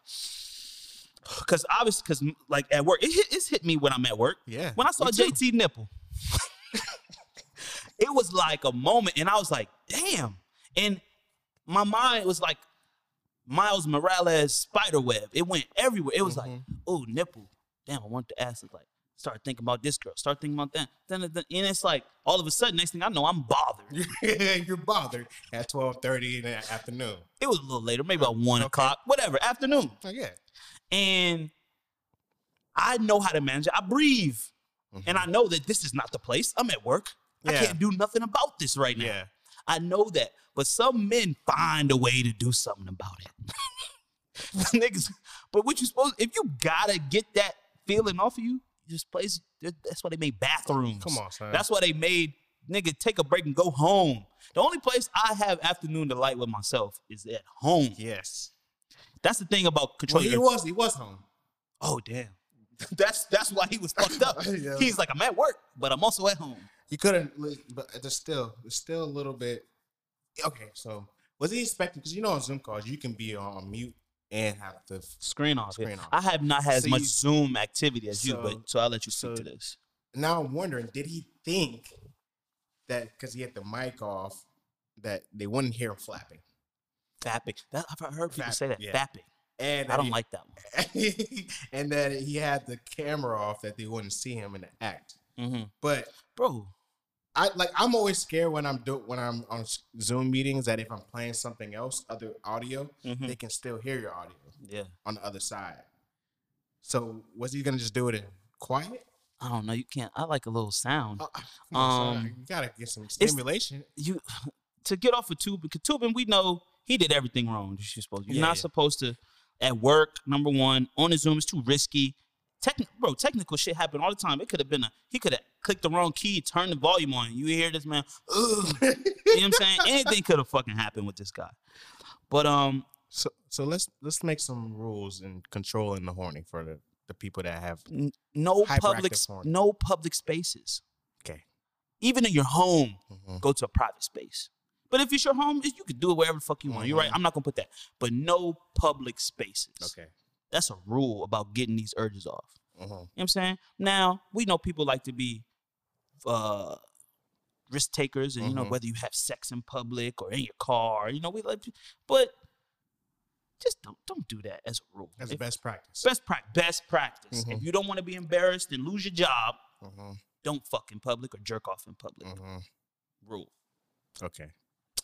C: [SIGHS] cause obviously, cause like at work, it hit, it's hit me when I'm at work.
B: Yeah, [LAUGHS]
C: When I saw
B: me too.
C: JT nipple, [LAUGHS] it was like a moment, and I was like, damn. And my mind was like Miles Morales spider web. It went everywhere. It was like, oh nipple. Damn, I want the ass. It's like, start thinking about this girl. Start thinking about that. Then, then- and it's like, all of a sudden, next thing I know, I'm bothered.
B: You're bothered at twelve thirty in the afternoon.
C: It was a little later, maybe about one o'clock, whatever, afternoon.
B: Oh yeah.
C: And I know how to manage it. I breathe. And I know that this is not the place. I'm at work. I
B: Mm-hmm. Yeah.
C: can't do nothing about this right now. I know that. But some men find a way to do something about it. [LAUGHS] Niggas. But what you supposed if you gotta get that feeling off of you, just place that- that's why they made bathrooms.
B: Come on, son.
C: That's why they made nigga take a break and go home. The only place I have afternoon delight with myself is at home.
B: Yes.
C: That's the thing about
B: Well,
C: controlling
B: he
C: your
B: was. He was home.
C: Oh damn. [LAUGHS] That's that's why he was
B: [LAUGHS]
C: fucked up.
B: Yeah.
C: He's like, I'm at work, but I'm also at home.
B: He couldn't. li- But there's still, there's still a little bit. Okay. So was he expecting? Because you know, on Zoom calls, you can be on mute and have the.
C: Screen off.
B: Screen
C: yeah.
B: off.
C: I have not had as
B: So
C: much
B: you-
C: Zoom activity as you,
B: So-
C: but so I'll let you speak
B: so-
C: to this.
B: Now I'm wondering, did he think that because he had the mic off, that they wouldn't hear him flapping?
C: Fapping. That, I've heard people
B: Fap-
C: say that.
B: yeah.
C: Fapping.
B: And
C: I don't
B: he-
C: like that one.
B: [LAUGHS] and that he had the camera off, that they wouldn't see him in the act.
C: Mhm.
B: But
C: Bro,
B: I like I'm always scared when I'm do when I'm on s- Zoom meetings that if I'm playing something else, other audio,
C: Mhm.
B: they can still hear your audio
C: yeah.
B: on the other side. So was he gonna just do it in quiet?
C: I don't know. You can't. I like a little sound.
B: Uh, uh, come on, son,
C: Um,
B: you gotta get some stimulation.
C: you [SIGHS] to get off of Tubin, because Tubin, we know he did everything wrong. You're supposed, you're
B: Yeah,
C: not
B: yeah.
C: supposed to at work. Number one, on the Zoom is too risky. Techni- bro, technical shit happen all the time. It could have been a he could have clicked the wrong key, turned the volume on. You hear this man? Ugh. you know what
B: [LAUGHS]
C: I'm saying? Anything could have fucking happened with this guy. But um,
B: So so let's let's make some rules and controlling the horny for the, the people that have
C: n- no public,
B: Hyperactive horn.
C: no public spaces.
B: okay.
C: Even in your home,
B: Mhm.
C: go to a private space. But if it's your home, you can do it wherever the fuck you
B: Mm-hmm.
C: want. You're right. I'm not gonna put that. But no public spaces.
B: Okay.
C: That's a rule about getting these urges off.
B: Mhm.
C: You know what I'm saying? Now, we know people like to be uh, risk takers and, you know,
B: Mhm.
C: whether you have sex in public or in your car, you know, we like, but just don't don't do that as a rule.
B: That's
C: If-
B: best practice.
C: best, Mm-hmm. prac- best practice. If
B: Mhm.
C: you don't want to be embarrassed and lose your job,
B: Mhm.
C: don't fuck in public or jerk off in public.
B: Mhm.
C: Rule.
B: Okay.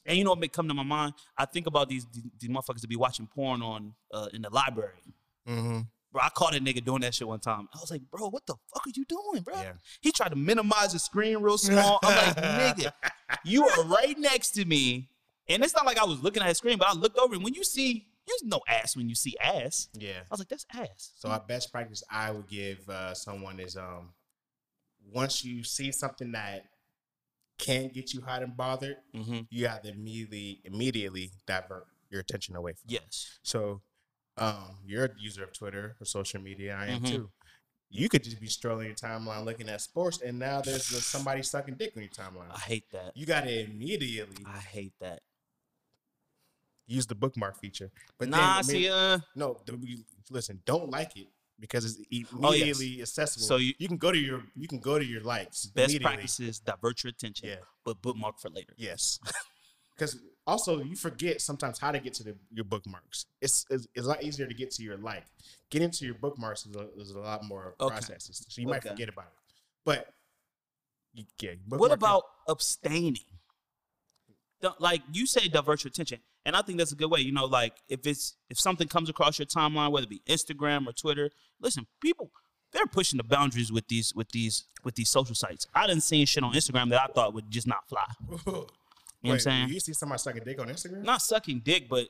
C: And you know what may come to my mind? I think about these, these, these motherfuckers to be watching porn on uh, in the library.
B: Mm-hmm.
C: Bro, I caught a nigga doing that shit one time. I was like, bro, what the fuck are you doing, bro?
B: Yeah.
C: He tried to minimize the screen real small. I'm like, [LAUGHS] nigga, you are right next to me. And it's not like I was looking at his screen, but I looked over and when you see, you know ass when you see ass.
B: Yeah.
C: I was like, that's ass.
B: So our best practice I would give uh, someone is um once you see something that can get you hot and bothered,
C: Mm-hmm.
B: you have to immediately immediately divert your attention away from. it.
C: Yes.
B: So um you're a user of Twitter or social media, I am
C: Mhm.
B: too. You could just be strolling your timeline looking at sports and now there's just somebody sucking dick on your
C: I
B: timeline.
C: hate that.
B: You gotta immediately
C: I hate that.
B: use the bookmark feature. But
C: nah,
B: then,
C: see, uh,
B: No, the, we, listen. Don't like it because it's e-
C: Oh, yes.
B: immediately accessible. So
C: So you-
B: you, can go to your you can go to your likes.
C: best
B: immediately.
C: practices divert your attention,
B: Yeah.
C: but bookmark for later.
B: Yes. [LAUGHS] Because also you forget sometimes how to get to the, your bookmarks. It's, it's it's a lot easier to get to your like. Getting to your bookmarks is a, is a lot more
C: Okay.
B: processes. So you might
C: Okay.
B: forget about it. But you, yeah.
C: What
B: bookmarking- [LAUGHS]
C: about abstaining? Don't- Like you say, divert your attention, and I think that's a good way. You know, like if it's if something comes across your timeline, whether it be Instagram or Twitter, listen, people they're pushing the boundaries with these with these with these social sites. I didn't see shit on Instagram that I thought would just not fly. You know what
B: Wait,
C: I'm saying?
B: You see somebody sucking dick on Instagram?
C: Not sucking dick, but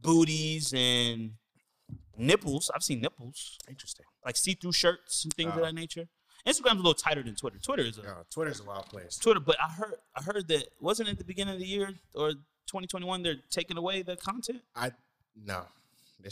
C: booties and nipples. I've seen nipples.
B: Interesting.
C: like see-through shirts and things of
B: Oh.
C: that nature. Instagram's a little tighter than Twitter. Twitter is a
B: No, Twitter's a wild place.
C: Twitter, but I heard I heard that wasn't it the beginning of the year or 2021 they're taking away the content.
B: I no.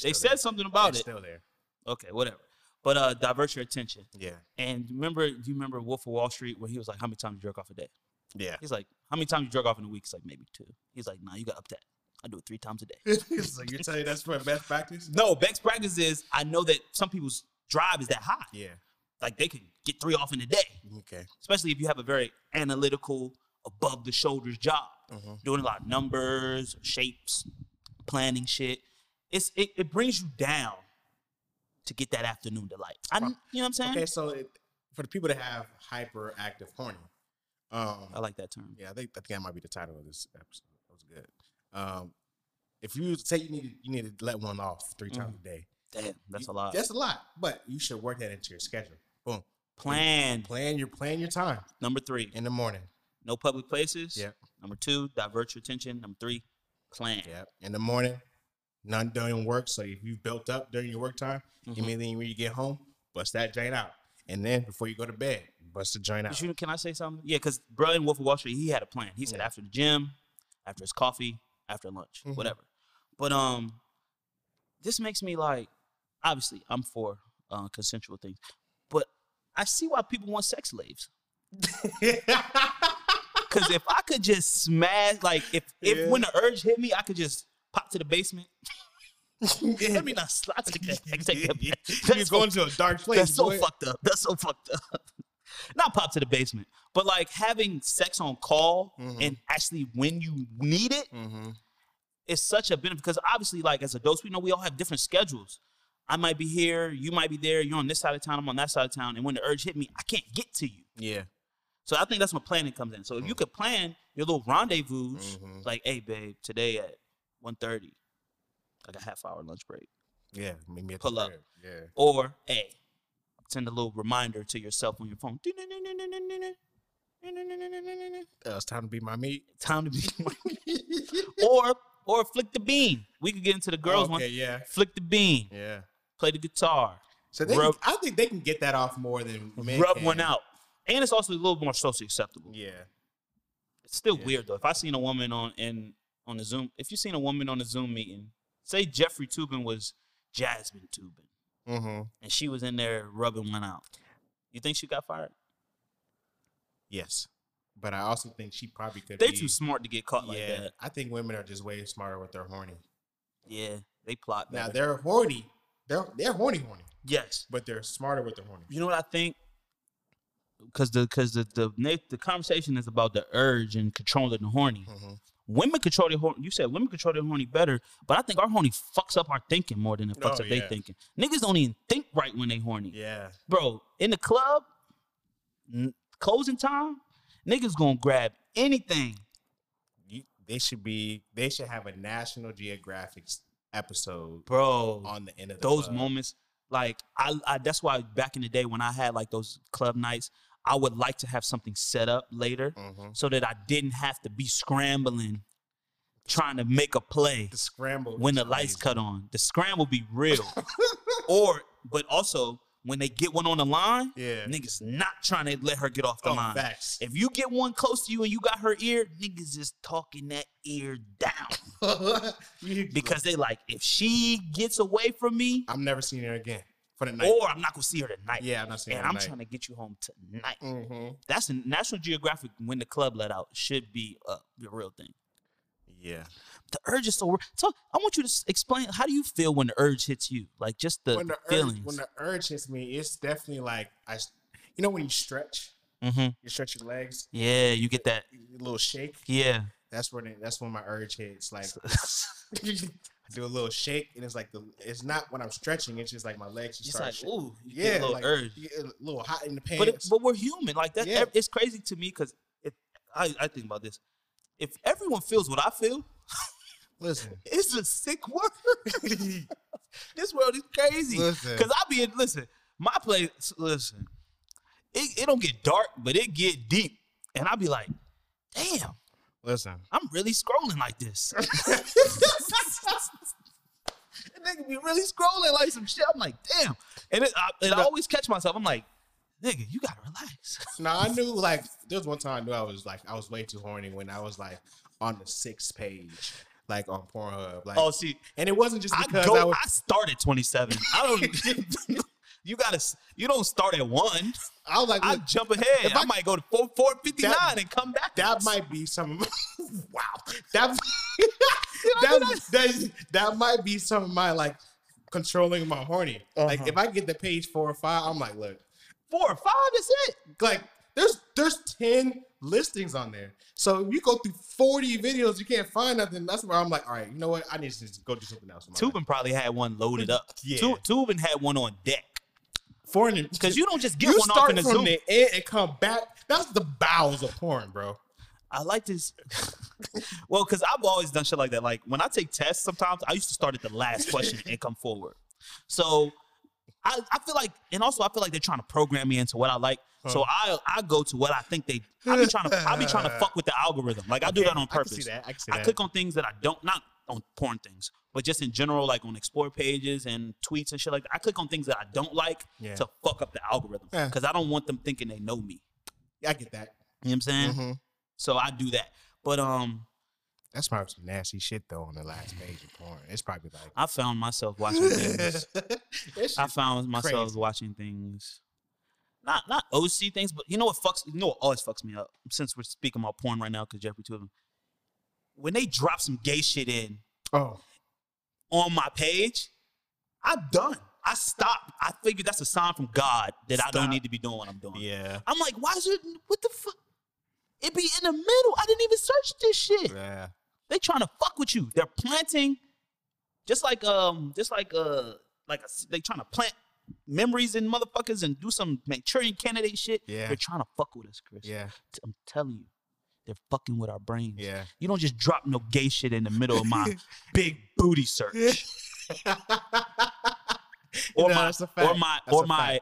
C: They said something about it.
B: Still there.
C: Okay, whatever. But uh divert your attention.
B: Yeah.
C: And remember, do you remember Wolf of Wall Street where he was like, "How many times you jerk off a day?" [LAUGHS]
B: Yeah. [LAUGHS]
C: He's like, "How many times you jerk off in a week?" He's like, "Maybe two. He's like, "Nah, you got up that. I do it three times a day."
B: so you're telling me that's for best
C: [LAUGHS]
B: practice?
C: no, best practice is I know that some people's drive is that high.
B: Yeah.
C: Like they can get three off in a day.
B: Okay.
C: especially if you have a very analytical, above the shoulders job,
B: Mhm.
C: doing a lot of numbers, shapes, planning shit. It's it, it brings you down to get that afternoon delight. I,
B: Wow.
C: you know what I'm saying?
B: Okay. So it, for the people that have hyperactive horny, um,
C: I like that term.
B: yeah, I think I think that might be the title of this episode. That was good. Um, if you say you need to, you need to let one off 3 times a day,
C: Damn, Mm. that's
B: you-
C: a lot.
B: That's a lot, but you should work that into your schedule. Boom.
C: Plan
B: Plan your plan your time
C: number three:
B: in the morning.
C: no public places.
B: Yep.
C: Number two: divert your attention. Number three: plan.
B: Yep. In the morning, none during work. So if you've built up during your work time,
C: Mhm.
B: immediately when you get home, bust that joint out. And then before you go to bed, bust the joint out.
C: But you- can I say something? Yeah, because bro in Wolf of Wall Street, he had a plan. He said
B: Yeah.
C: after the gym, after his coffee, after lunch,
B: Mhm.
C: whatever. But um, this makes me like, obviously, I'm for uh, consensual things, but I see why people want sex slaves.
B: [LAUGHS]
C: Because if I could just smash, like, if if
B: Yeah.
C: when the urge hit me, I could just pop to the basement. Let me
B: [LAUGHS]
C: not slide to the I take that back.
B: You're
C: That's
B: going to a dark place.
C: That's so
B: boy.
C: fucked up. That's so fucked up. [LAUGHS] Not pop to the basement, but like having sex on call
B: Mhm.
C: and actually when you need it
B: Mhm.
C: is such a benefit because obviously, like as adults, we know we all have different schedules. I might be here, you might be there, you're on this side of town, I'm on that side of town, and when the urge hit me, I can't get to you.
B: Yeah.
C: So I think that's when planning comes in. So if you could plan your little rendezvous,
B: Mhm.
C: like, hey babe, today at 1.30, like a half hour lunch break.
B: Yeah. Meet me at the
C: Pull up.
B: crib. Yeah.
C: Or A, send a little reminder to yourself on your phone.
B: Uh, it's time to be my
C: [LAUGHS]
B: meat.
C: Time
B: [LAUGHS]
C: to be. or or flick the bean. We could get into the girls
B: Oh, okay,
C: one.
B: yeah.
C: Flick the bean.
B: Yeah.
C: Play the guitar.
B: So they
C: Rub-
B: can, I think they can get that off more than men.
C: rub
B: can.
C: one out. And it's also a little more socially acceptable.
B: Yeah.
C: It's still
B: Yeah.
C: weird though. If I seen a woman on in on the Zoom, if you seen a woman on a Zoom meeting, say Jeffrey Tubin was Jasmine Tubin,
B: Mm-hmm.
C: and she was in there rubbing one out. You think she got fired?
B: Yes. But I also think she probably could
C: They
B: be.
C: too smart to get caught like
B: yeah.
C: that.
B: I think women are just way smarter with their horny.
C: Yeah, they plot.
B: Now
C: better.
B: they're horny. They're they're horny horny,
C: yes,
B: but they're smarter with their horny.
C: you know what I think? Because the because the the na- the conversation is about the urge and controlling the horny.
B: Mhm.
C: Women control their horny. You said women control their horny better, but I think our horny fucks up our thinking more than it fucks
B: Oh,
C: up they
B: yeah.
C: thinking. Niggas don't even think right when they horny,
B: Yeah.
C: bro. In the club, n- closing time, niggas gonna grab anything.
B: You, they should be. They should have a National Geographic s- episode
C: Bro,
B: on the end of the
C: those
B: club.
C: moments Like I, I that's why back in the day when I had like those club nights, I would like to have something set up later
B: Mhm.
C: so that I didn't have to be scrambling trying to make a play
B: The scramble.
C: when
B: is
C: the lights
B: crazy.
C: cut on. The scramble
B: [LAUGHS]
C: be real. or but also when they get one on the line,
B: Yeah.
C: niggas not trying to let her get off the
B: Oh,
C: line.
B: facts. [LAUGHS]
C: If you get one close to you and you got her ear, niggas is talking that ear
B: [LAUGHS]
C: down
B: You-
C: because they like if she gets away from me,
B: I'm never seeing her again for the night.
C: or I'm not gonna see her tonight.
B: Yeah, I'm not seeing
C: and
B: her
C: I'm
B: tonight.
C: trying to get you home tonight.
B: Mm-hmm.
C: That's a National Geographic when the club let out should be a the real thing.
B: Yeah.
C: The urge is so. real. So I want you to s- explain how do you feel when the urge hits you, like just the,
B: when
C: the
B: the
C: feelings.
B: urge when the urge hits me, it's definitely like I, s- you know, when you stretch,
C: Mhm.
B: you stretch your legs,
C: Yeah, you get that.
B: a little shake.
C: Yeah. [LAUGHS]
B: That's when it, that's when my urge hits. Like [LAUGHS] I do a little shake, and it's like the it's not when I'm stretching. It's just like my legs just
C: It's
B: start.
C: like,
B: shaking.
C: ooh, you
B: yeah,
C: get a little
B: like,
C: urge.
B: you get a little hot in the pants.
C: But, it, but we're human. Like that,
B: Yeah.
C: it's crazy to me because I, I think about this. If everyone feels what I feel,
B: listen,
C: it's a sick world. [LAUGHS] this world is crazy.
B: Listen.
C: Because I be in, listen, my place, listen, it, it don't get dark, but it get deep. And I be like, damn,
B: listen.
C: I'm really scrolling like this. [LAUGHS] And nigga be really scrolling like some shit. I'm like, damn. And, it, I, and I always catch myself. I'm like, nigga, you gotta relax.
B: Now I knew like there was one time I knew I was like I was way too horny when I was like on the sixth page, like on Pornhub. Like,
C: Oh, see,
B: and it wasn't just
C: I
B: because
C: go.
B: I
C: I,
B: was.
C: start at 27. I don't. [LAUGHS] you gotta. s- You don't start at one.
B: I was like,
C: I
B: look,
C: jump ahead.
B: If
C: I,
B: I-
C: might go to four, 459
B: That-
C: and come back.
B: that might be some. [LAUGHS] wow, that
C: know
B: that, that that might be some of my like controlling my horny. Like
C: Uh-huh.
B: if I get to page four or five, I'm like, look,
C: four or five. That's it.
B: like there's there's ten listings on there. So if you go through forty videos, you can't find nothing. That's where I'm like, all right, you know what? I need to just go do something else. with my life.
C: Tubin probably had one loaded up.
B: Yeah.
C: Tu- Tubin had one on deck.
B: Foreign and-
C: Cause you don't just get
B: you
C: one off
B: start
C: in the
B: from
C: zoom.
B: the end and come back. That's the bowels of porn, bro.
C: I like this. [LAUGHS] well, because I've always done shit like that. Like when I take tests, sometimes I used to start at the last question and come forward. So I, I feel like, and also I feel like they're trying to program me into what I like. So I I go to what I think they. I be trying to I be trying to
B: [LAUGHS]
C: fuck with the algorithm. Like I do
B: Okay,
C: that
B: I
C: on
B: can
C: purpose.
B: see that, I can see that.
C: click on things that I don't not on porn things, but just in general, like on explore pages and tweets and shit like that. I click on things that I don't like
B: Yeah.
C: to fuck up the algorithm
B: Yeah.
C: because I don't want them thinking they know me.
B: Yeah, I get that.
C: You know what I'm saying?
B: Mhm.
C: So I do that. But um,
B: That's probably some nasty shit though on the last page of porn. It's probably like
C: I found myself watching things.
B: [LAUGHS] That
C: I
B: [LAUGHS] shit-
C: found myself
B: crazy.
C: watching things. Not not OC things, but you know what fucks you know what always fucks me up since we're speaking about porn right now because Jeffrey two of them. When they drop some gay shit in
B: oh,
C: on my page, I'm done. I stop. I figure that's a sign from God that I
B: Stop.
C: don't need to be doing what I'm doing.
B: yeah,
C: I'm like, why is it what the fuck? It be in the middle. I didn't even search this shit.
B: yeah.
C: They trying to fuck with you. They're planting, just like um, just like uh, like a, they trying to plant memories in motherfuckers and do some Manchurian candidate shit.
B: Yeah.
C: They're trying to fuck with us, Chris.
B: Yeah.
C: T- I'm telling you, they're fucking with our brains.
B: Yeah.
C: You don't just drop no gay shit in the middle of
B: [LAUGHS]
C: my big booty search. or
B: No,
C: my
B: that's a fact.
C: or my
B: That's
C: or
B: a
C: my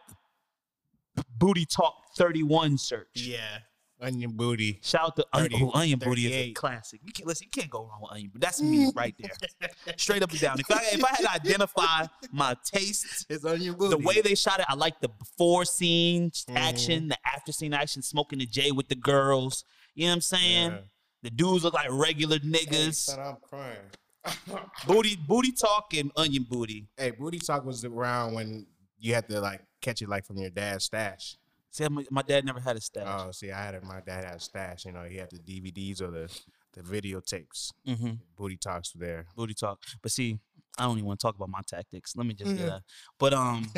C: booty talk 31 search.
B: Yeah. Onion booty.
C: Shout out to Onion,
B: 30,
C: oh, Onion Booty is a
B: 38.
C: classic. You can't listen. You can't go wrong with Onion Booty. That's me right
B: [LAUGHS]
C: there, straight up and down. If I if I had to identify my taste,
B: It's onion booty.
C: the way they shot it, I like the before scene
B: Mhm.
C: action, the after scene action, smoking the J with the girls. You know what I'm saying?
B: Yeah.
C: The dudes look like regular niggas.
B: Son, I'm crying.
C: Booty booty talk and Onion Booty.
B: hey, booty talk was around when you had to like catch it like from your dad's stash.
C: See, my, my dad never had a stash.
B: Oh, see, I had it. My dad had a stash. You know, he had the DVDs or the the videotapes.
C: mm-hmm.
B: Booty talks were there.
C: Booty talk. But see, I don't even want to talk about my tactics. Let me just
B: Mm-hmm.
C: do that. But um,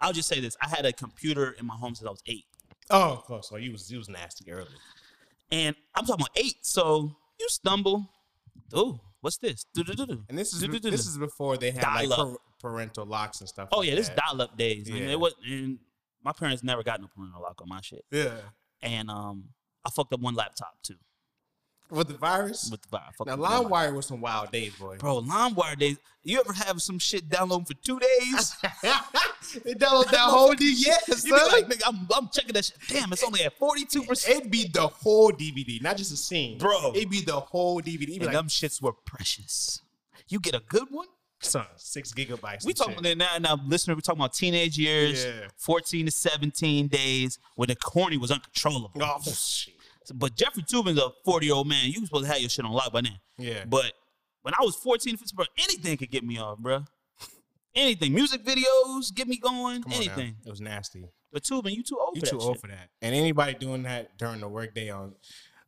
C: I'll just say this: I had a computer in my home since I was eight.
B: [LAUGHS] oh, of course. So you was you was nasty early.
C: And I'm talking about eight. So you stumble. Oh, what's this? Do-do-do-do.
B: And this is
C: Do-do-do-do.
B: this is before they had like
C: Dial-up.
B: par- parental locks and stuff.
C: Oh
B: like
C: yeah, this
B: that.
C: dial up days. And
B: Yeah.
C: it was and my parents never got no parental lock on my shit.
B: yeah.
C: And um I fucked up one laptop too.
B: with the virus.
C: with the vi- fuck
B: now,
C: with LimeWire.
B: LimeWire was some wild days, boy. [LAUGHS]
C: Bro, LimeWire days. You ever have some shit download for two
B: [LAUGHS]
C: days?
B: they download
C: [LAUGHS]
B: that whole DVD.
C: yes, you be
B: son.
C: like, nigga, I'm, I'm checking that shit. Damn, it's only at 42%.
B: It'd be the whole DVD, not just a scene,
C: Bro.
B: It'd be the whole DVD. It'd be
C: And
B: like,
C: them shits were precious. You get a good one.
B: son, six gigabytes.
C: We
B: and
C: talking
B: shit.
C: about now, now, listener. We're talking about teenage years,
B: Yeah.
C: fourteen to seventeen days, when the corny was uncontrollable.
B: Oh, shit.
C: But Jeffrey Tubin's a forty-year-old man. You supposed to have your shit on lock by then.
B: Yeah.
C: But when I was 14, 15, bro, anything could get me off, bro. Anything, music videos, get me going,
B: Come on now.
C: anything.
B: It was nasty.
C: But Tubin, you too old.
B: You
C: for
B: too
C: that
B: old
C: shit.
B: for that. And anybody doing that during the workday on,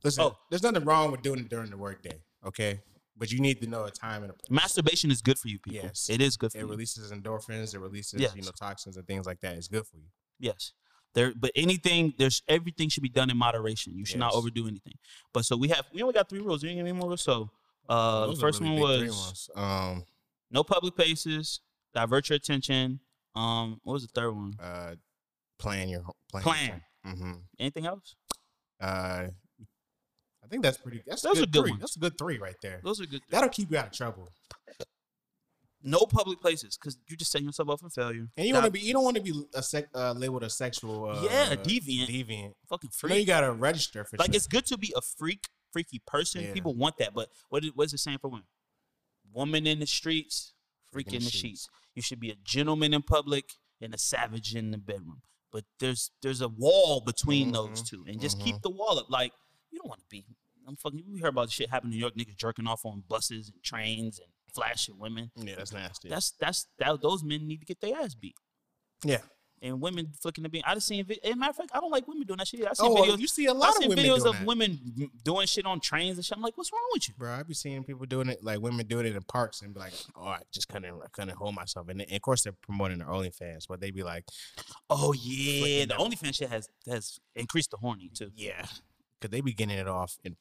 B: listen,
C: Oh.
B: there's nothing wrong with doing it during the workday, okay? But you need to know a time and a place.
C: Masturbation is good for you, people.
B: Yes.
C: It is good for
B: It
C: you.
B: releases endorphins. It releases
C: Yes.
B: you know toxins and things like that. It's good for you.
C: Yes. There, but anything, there's everything should be done in moderation. You should not
B: Yes.
C: overdo anything. But so we have, we only got three rules. You ain't get any more rules. So uh, the
B: Those are
C: first
B: really
C: one
B: big
C: was
B: three ones. um
C: no public places, divert your attention. Um, what was the third one?
B: uh plan your plan.
C: Plan.
B: Mm-hmm.
C: Anything else?
B: Uh, I think that's pretty. That's
C: Those
B: a
C: are
B: good
C: good
B: three.
C: ones.
B: That's a good three right there.
C: Those are good.
B: That'll keep you out of trouble.
C: no public places, because you're just setting yourself up for failure.
B: And you
C: Dive-
B: want to be. You don't want to be a sec, uh, labeled a sexual. Uh,
C: yeah, deviant,
B: Deviant.
C: fucking
B: No, you
C: freak.
B: gotta register for
C: Like
B: sure.
C: it's good to be a freak, freaky person.
B: Yeah.
C: People want that, but what is, what is it saying for women? Woman in the streets, freak in the sheets. You should be a gentleman in public and a savage in the bedroom. But there's there's a wall between those
B: Mhm,
C: two, and just keep the wall up. Like you don't want to be. I'm fucking. You hear about the shit happening in New York? Niggas jerking off on buses and trains and flashing women.
B: Yeah, that's nasty.
C: That's that's that. Those men need to get their ass beat.
B: yeah.
C: And women flicking the bean. I just seen. vi- As a matter of fact, I don't like women doing that shit. either. I seen
B: Oh,
C: videos.
B: you see a
C: I
B: lot
C: seen
B: of women
C: videos
B: doing
C: of
B: that.
C: women doing shit on trains and shit. I'm like, what's wrong with you?
B: Bro, I be seeing people doing it, like women doing it in parks, and be like, "Oh, I just couldn't, I couldn't hold myself." And, then- and of course, they're promoting their OnlyFans, but they be like,
C: Oh yeah,
B: Flicking
C: the
B: that-
C: OnlyFans shit has has increased the horny too.
B: "Yeah," because they be getting it off. And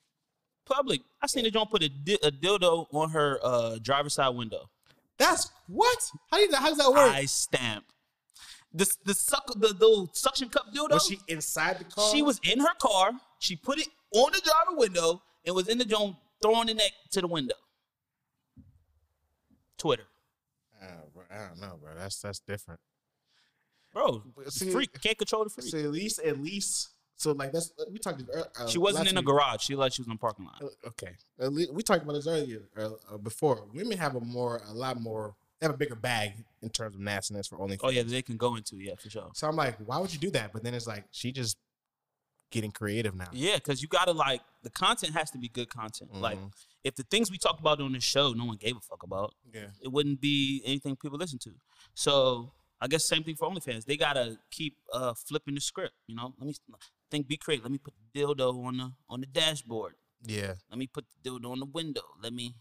C: Public, I seen a joint put a, di- a dildo on her uh, driver's side window.
B: that's what? How do you, how does that work?
C: I stamped. The the suck the, the suction cup dildo.
B: was she inside the car?
C: She was in her car. She put it on the driver window and was in the joint throwing the neck to the window. Twitter,
B: Uh, bro, I don't know, bro. That's that's different.
C: bro,
B: But
C: the
B: see-
C: freak can't control the freak.
B: So at least, at least, so like that's we talked. Uh, uh,
C: she wasn't
B: last
C: in a
B: week.
C: garage. She like she was in a parking lot.
B: Uh, Okay, at least, we talked about this earlier uh, uh, before. Women have a more, a lot more, they have a bigger bag in terms of nastiness for only.
C: Oh yeah, they can go into yeah for sure.
B: So I'm like, why would you do that? But then it's like she just getting creative now.
C: Yeah, because you gotta like the content has to be good content. Like
B: Mhm.
C: if the things we talk about on this show, no one gave a fuck about.
B: yeah.
C: it wouldn't be anything people listen to. So I guess same thing for OnlyFans. They gotta keep uh, flipping the script. You know, let me think, be creative. Let me put the dildo on the on the dashboard.
B: Yeah.
C: Let me put the dildo on the window. Let me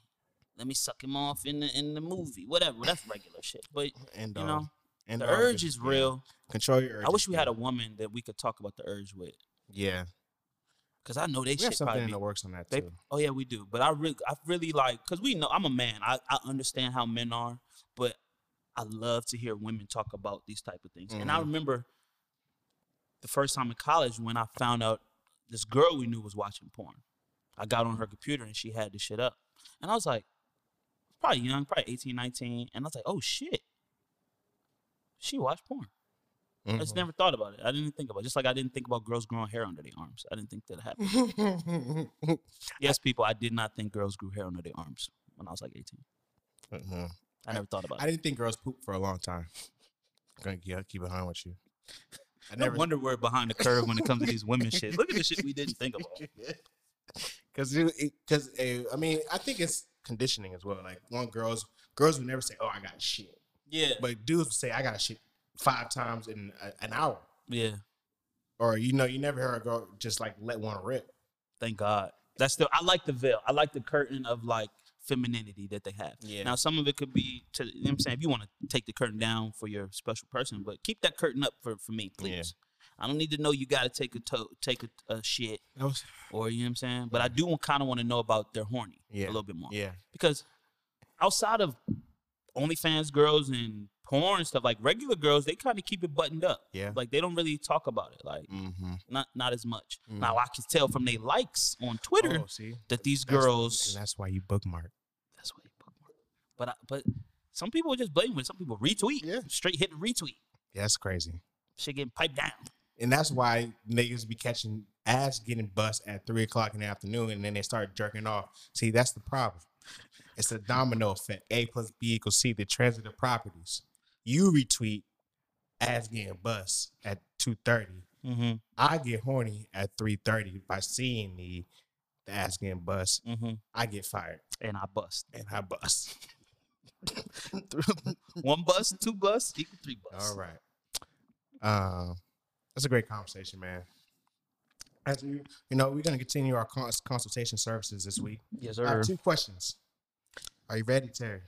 C: let me suck him off in the in the movie. Whatever. That's regular shit. But
B: And
C: You
B: um,
C: know,
B: and
C: the
B: um,
C: urge
B: just-
C: is real.
B: yeah. Control your urge.
C: I wish we had a woman that we could talk about the urge with,
B: Yeah.
C: because I know they
B: We have
C: shit
B: something
C: probably
B: in
C: be
B: the works on that
C: They-
B: too.
C: Oh yeah, we do. But I really, I really like because we know I'm a man. I, I understand how men are, but I love to hear women talk about these type of things. And I
B: Mhm.
C: remember the first time in college when I found out this girl we knew was watching porn. I got on her computer and she had this shit up, and I was like, probably young, probably 18, 19, and I was like, oh shit, she watched porn. I
B: Mm-hmm.
C: just never thought about it. I didn't think about it. Just like I didn't think about girls growing hair under their arms. I didn't think that happened.
B: Mhm. [LAUGHS]
C: Yes, people, I did not think girls grew hair under their arms when I was like 18.
B: Mhm.
C: I never thought about
B: I
C: it.
B: didn't think girls poop for a long time. Gonna yeah, keep it on with you. I
C: I never
B: never [LAUGHS]
C: no wonder we're behind the curve when it comes to these women shit. Look at the shit we didn't think about.
B: [LAUGHS] because because eh, I mean I think it's conditioning as well. Like one girls girls would never say oh I got shit,
C: Yeah.
B: but dudes would say I got shit five times in a, an hour.
C: Yeah.
B: Or you know you never hear a girl just like let one rip.
C: Thank God. That's the I like the veil. I like the curtain of like femininity that they have.
B: Yeah.
C: Now some of it could be to you know what I'm saying if you want to take the curtain down for your special person, but keep that curtain up for, for me, please. I don't need to know you gotta take a toe take a, a shit
B: That was
C: or you know what I'm saying? But I do kinda wanna know about their horny
B: Yeah.
C: a little bit more.
B: yeah
C: because outside of OnlyFans girls and porn stuff, like regular girls, they kind of keep it buttoned up.
B: Yeah.
C: Like they don't really talk about it. Like
B: Mm-hmm.
C: not not as much. Now I can tell from their likes on Twitter
B: Mm. Oh, see,
C: that these
B: That's-
C: girls.
B: and that's why you bookmark.
C: That's what you bookmark. But I, but some people just blame it. Some people retweet.
B: Yeah.
C: Straight hit and retweet.
B: Yeah, that's crazy,
C: Shit getting piped down.
B: and that's why niggas be catching ass getting bust at three o'clock in the afternoon, and then they start jerking off. See, that's the problem. It's a domino effect. A plus B equals C. The transitive properties. You retweet ass getting bust at two thirty.
C: Mm-hmm.
B: I get horny at three thirty by seeing the the ass getting bust.
C: Mm-hmm.
B: I get fired
C: And I
B: [LAUGHS]
C: bust.
B: and I bust.
C: One bust, two busts, equal three busts.
B: All right. Um, that's a great conversation, man. As we, you know, we're gonna continue our cons- consultation services this week.
C: Yes,
B: I
C: sir.
B: have two questions. Are you ready, Terry?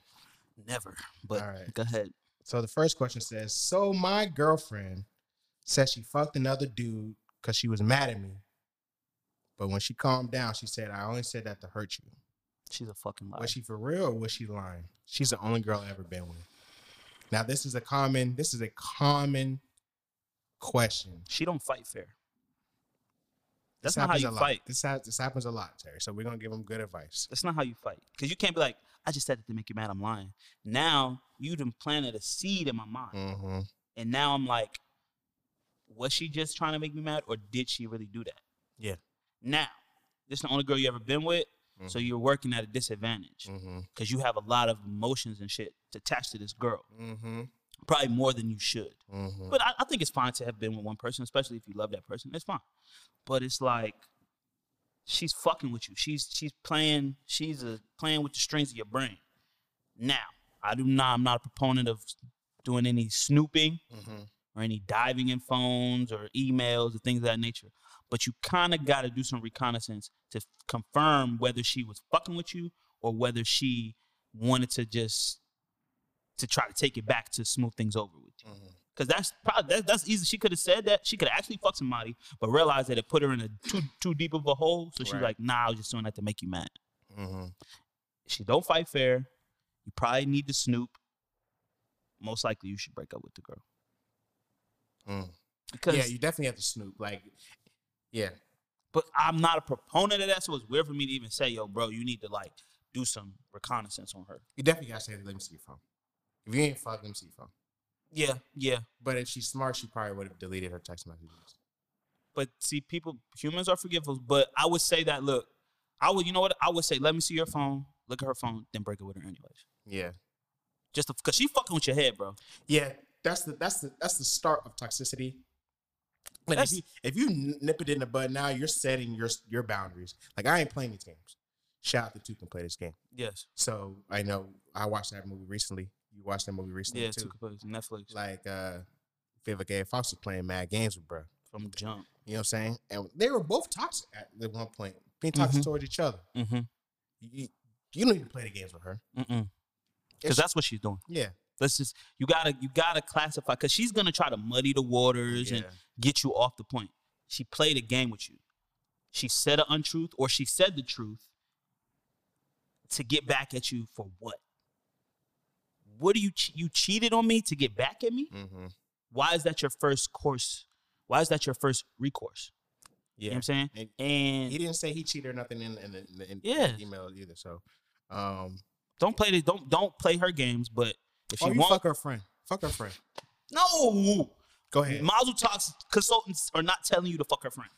C: Never. But
B: All right.
C: go ahead.
B: So the first question says, "So my girlfriend says she fucked another dude because she was mad at me, but when she calmed down, she said I only said that to hurt you.
C: She's a fucking liar.
B: Was she for real or was she lying? She's the only girl I've ever been with. Now this is a common. This is a common question.
C: she don't fight fair. That's
B: This
C: not how
B: happens
C: you
B: a lot.
C: fight.
B: This, ha- this happens a lot, Terry. So we're gonna give them good advice.
C: That's not how you fight. Because you can't be like, I just said it to make you mad. I'm lying. Now you done planted a seed in my mind.
B: Mm-hmm.
C: And now I'm like, was she just trying to make me mad or did she really do that?
B: Yeah.
C: Now, this is the only girl you ever been with. So you're working at a disadvantage
B: Mm-hmm.
C: because you have a lot of emotions and shit attached to this girl,
B: Mm-hmm.
C: probably more than you should.
B: Mm-hmm.
C: But I, I think it's fine to have been with one person, especially if you love that person. It's fine. But it's like she's fucking with you. She's she's playing. She's uh playing with the strings of your brain. Now, I do not. I'm not a proponent of doing any snooping
B: Mm-hmm.
C: or any diving in phones or emails or things of that nature. But you kind of got to do some reconnaissance to f- confirm whether she was fucking with you or whether she wanted to just to try to take it back to smooth things over with you.
B: Mm-hmm.
C: Cause that's probably that, that's easy. She could have said that. She could have actually fucked somebody, but realized that it put her in a too too deep of a hole. So she's
B: Right.
C: like, "Nah, I was just doing that to make you mad."
B: Mm-hmm.
C: She don't fight fair. You probably need to snoop. Most likely, you should break up with the girl.
B: Mm.
C: Because
B: Yeah, you definitely have to snoop. Like, yeah,
C: But I'm not a proponent of that, so it's weird for me to even say, yo, bro, you need to like do some reconnaissance on her.
B: you definitely gotta say, "Let me see your phone." If you ain't fuck, let me see your phone.
C: Yeah, yeah.
B: But if she's smart, she probably would have deleted her text messages.
C: But see, people, humans are forgetful. But I would say that, look, I would, you know what? I would say, let me see your phone, look at her phone, then break it with her anyways.
B: Yeah,
C: Just because she fucking with your head, bro.
B: yeah. That's the that's the that's the start of toxicity. And if
C: That's-
B: you, if you n- nip it in the bud now, you're setting your your boundaries. Like I ain't playing these games. Shout out to two can play this game.
C: Yes.
B: So I know I watched that movie recently. You watched that movie recently
C: Yeah, two
B: too.
C: computers, Netflix
B: Like uh Vivica A. Fox was playing mad games with bro.
C: from jump.
B: You know what I'm saying? And they were both toxic at the one point, being toxic
C: Mhm.
B: towards each other.
C: Mm-hmm.
B: You, you don't even play the games with her.
C: Mm-mm.
B: It's-
C: Because that's what she's doing.
B: Yeah.
C: Let's just you gotta you gotta classify because she's gonna try to muddy the waters and
B: Yeah.
C: get you off the point. She played a game with you. She said an untruth or she said the truth to get back at you for what? What do you che- you cheated on me to get back at me?
B: Mm-hmm.
C: Why is that your first course? Why is that your first recourse? You know
B: Yeah.
C: what I'm saying?
B: And he
C: And
B: didn't say he cheated or nothing in, in, the, in, the, in
C: Yeah.
B: the email either. So, um,
C: don't play the don't don't play her games, but if
B: oh,
C: you
B: you
C: want
B: fuck her friend. Fuck her friend.
C: No
B: Go ahead,
C: Mazel Talks consultants are not telling you to fuck her friend.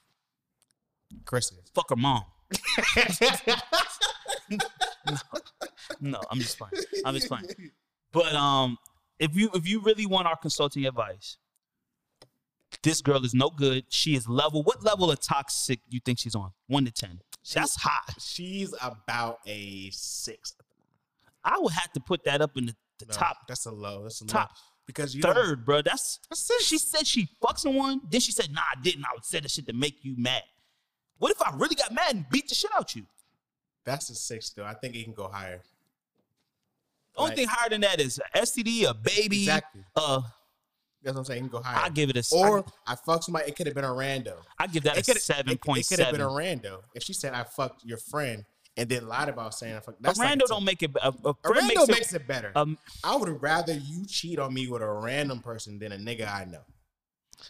B: Chris. is.
C: Fuck her mom. [LAUGHS] No, I'm just playing. I'm just playing. But um, if you if you really want our consulting advice, this girl is no good. She is level. What level of toxic you think she's on? One to ten. That's high.
B: She's about a six.
C: I would have to put that up in the, the
B: No,
C: top
B: That's a low. That's a low.
C: Top
B: Because you don't-
C: third, bro. That's
B: That's it.
C: she said she fucked someone. Then she said, "Nah, I didn't. I would say that shit to make you mad." What if I really got mad and beat the shit out you?
B: That's a six, though. I think it can go higher.
C: The only
B: Right.
C: thing higher than that is a STD, a baby.
B: Exactly.
C: Uh,
B: That's what I'm saying. It can go higher.
C: I give it a s-
B: or I, fucked somebody. It could have been a rando.
C: I, I give that
B: It
C: a
B: could
C: seven point
B: It could have
C: seven.
B: been a rando. If she said I fucked your friend and then lied about saying I fuck.
C: A
B: That's
C: rando
B: like,
C: don't make it. A, a
B: A
C: friend
B: rando
C: makes,
B: makes,
C: it.
B: it better.
C: Um,
B: I would rather you cheat on me with a random person than a nigga I know.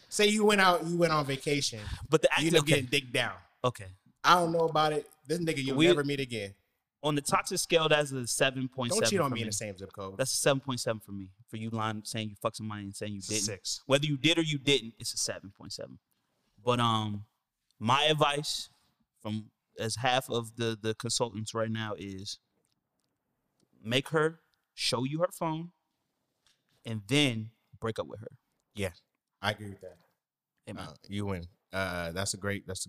B: Say you went out, you went on vacation,
C: but the act,
B: you end up
C: okay,
B: getting dick down.
C: okay.
B: I don't know about it. This nigga you'll
C: We-
B: never meet again.
C: On the toxic scale, that's a seven point
B: Don't
C: seven.
B: cheat on
C: for
B: me in the same zip code.
C: That's a seven point seven for me. For you lying, saying you fucked somebody and saying you
B: It's a
C: didn't.
B: six.
C: Whether you did or you didn't, it's a seven point seven. But um, my advice from as half of the the consultants right now is make her show you her phone, and then break up with her.
B: Yeah, I agree with that.
C: Amen.
B: Uh, you win. Uh, that's a great. That's.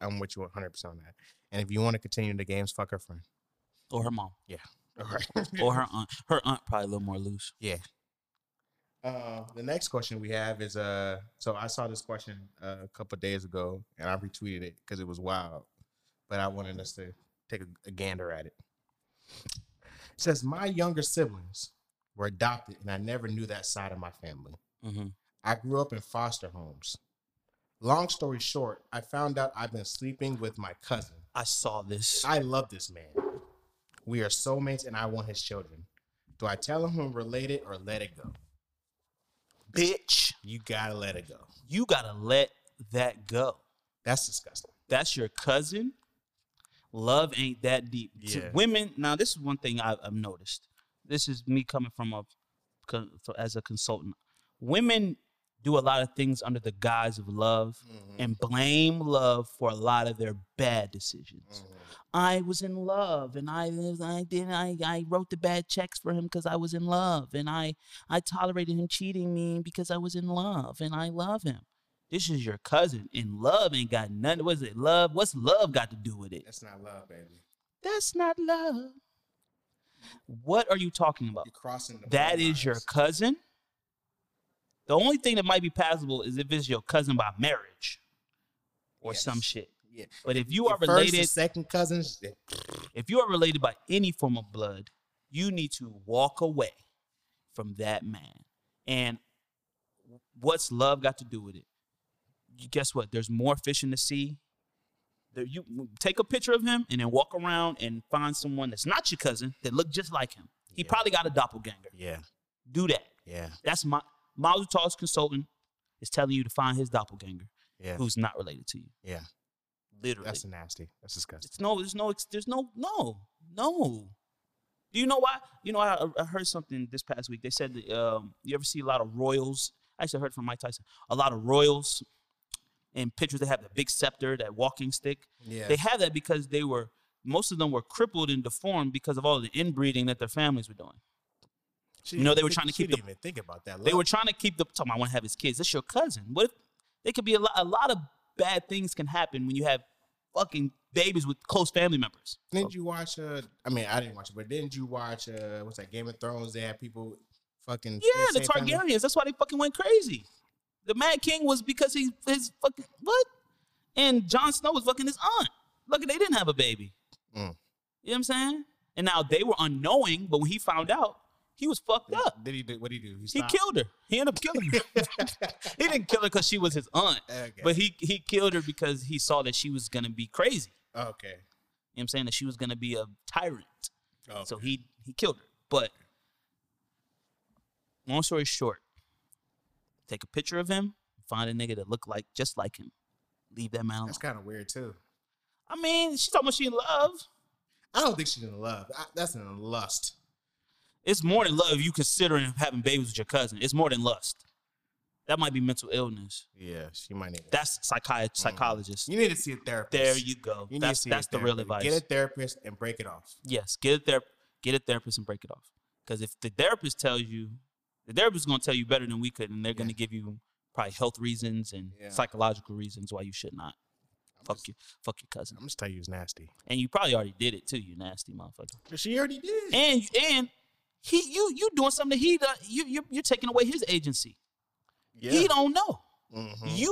B: i I'm with you 100 percent on that. And if you want to continue the games, fuck her friend.
C: or her mom,
B: All right.
C: or her aunt. Her aunt probably a little more loose.
B: [LAUGHS] Uh, the next question we have is uh, so I saw this question uh, a couple of days ago and I retweeted it because it was wild, but I wanted us to take a, a gander at it. It says, My younger siblings were adopted and I never knew that side of my family.
C: Mm-hmm.
B: I grew up in foster homes. Long story short, I found out I've been sleeping with my cousin.
C: I saw this.
B: I love this man. We are soulmates and I want his children. Do I tell him I'm related or let it go?
C: bitch,
B: You gotta let it go.
C: you gotta let that go.
B: That's disgusting.
C: That's your cousin. Love ain't that deep. To
B: Yeah.
C: women, now this is one thing I've, I've noticed. This is me coming from a con- for- as a consultant. Women do a lot of things under the guise of love
B: Mm-hmm.
C: and blame love for a lot of their bad decisions.
B: Mm-hmm.
C: I was in love and I I did I, I wrote the bad checks for him because I was in love and I I tolerated him cheating me because I was in love and I love him. This is your cousin and love ain't got nothing. What is it? Love? What's love got to do with it?
B: That's not love, baby.
C: That's not love. What are you talking about?
B: You're crossing the
C: That is your
B: bloodlines.
C: cousin. The only thing that might be passable is if it's your cousin by marriage or
B: Yes.
C: some shit.
B: Yeah.
C: But if you are
B: First and
C: related,
B: second cousins. yeah.
C: if you are related by any form of blood, you need to walk away from that man. And what's love got to do with it? You guess what? There's more fish in the sea. There, you take a picture of him and then walk around and find someone that's not your cousin that look just like him. He
B: Yeah.
C: probably got a doppelganger.
B: Yeah,
C: Do that.
B: yeah,
C: That's my Miles Tall's consultant is telling you to find his doppelganger
B: yeah.
C: who's not related to you.
B: Yeah.
C: Literally.
B: That's nasty. That's disgusting.
C: It's no, there's no, ex- there's no, no, no. Do you know why? You know, I, I heard something this past week. They said that um, you ever see a lot of royals. I actually heard from Mike Tyson. A lot of royals in pictures. They have the big scepter, that walking stick.
B: Yeah,
C: They have that because they were most of them were crippled and deformed because of all the inbreeding that their families were doing.
B: She
C: you know, they
B: didn't
C: were
B: think-
C: trying to
B: she
C: keep
B: Didn't even think about that.
C: They
B: Love-
C: were trying to keep the talking. About, I want to have his kids. That's your cousin. What if they could be a lot? A lot of bad things can happen when you have fucking babies with close family members.
B: Didn't you watch? Uh, I mean, I didn't watch it, but didn't you watch? Uh, what's that? Game of Thrones. They had people fucking.
C: Yeah,
B: same
C: the
B: family?
C: Targaryens. That's why they fucking went crazy. The Mad King was because he his fucking what? And Jon Snow was fucking his aunt. Look, they didn't have a baby.
B: Mm.
C: You know what I'm saying? And now they were unknowing, but when he found out, he was fucked up.
B: Did he do? What did he do?
C: He killed her. He ended up
B: [LAUGHS]
C: killing her. he didn't kill her because she was his aunt,
B: Okay.
C: but he he killed her because he saw that she was gonna be crazy.
B: okay.
C: You know what I'm saying? That she was gonna be a tyrant.
B: Oh,
C: So he he killed her. But long story short, take a picture of him, find a nigga that look like just like him. Leave that man alone.
B: that's kind of weird too.
C: I mean, she's talking about she in love.
B: I don't think she's in love. I, that's in lust.
C: It's more than love if you considering having babies with your cousin. It's more than lust. That might be mental illness.
B: Yeah, she might need. That.
C: That's psychiatrist, psychologist.
B: Mm. You need to see a therapist.
C: There you go.
B: You need
C: that's
B: to see a
C: that's the real
B: therapist.
C: advice.
B: Get a therapist and break it off.
C: Yes, get a ther- get a therapist and break it off. Because if the therapist tells you, the therapist is going to tell you better than we could, and they're going to give you probably health reasons and
B: Yeah.
C: psychological reasons why you should not fuck your fuck your cousin.
B: I'm just telling you, it's nasty.
C: And you probably already did it too, you nasty motherfucker.
B: She already did.
C: And and he you you doing something that he do- you you're, you're taking away his agency. He don't know. You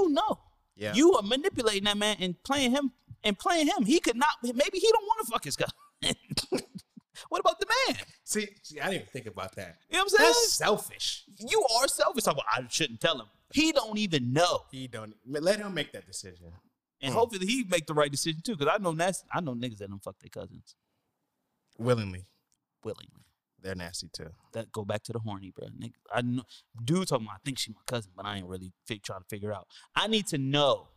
C: know.
B: mm-hmm, Yeah.
C: You are manipulating that man and playing him and playing him. He could not. Maybe he don't want to fuck his cousin. [LAUGHS] what about the man?
B: see, see, I didn't even think about that.
C: You know what I'm saying?
B: That's selfish.
C: you are selfish. Talk about, I shouldn't tell him. He don't even know.
B: He don't let him make that decision.
C: And
B: Mm.
C: hopefully he make the right decision too. Cause I know that's I know niggas that don't fuck their cousins.
B: willingly.
C: willingly.
B: They're nasty too.
C: That go back to the horny, bro. Nigga, I know, dude talking about I think she my cousin, but I ain't really fi- trying to figure out. I need to know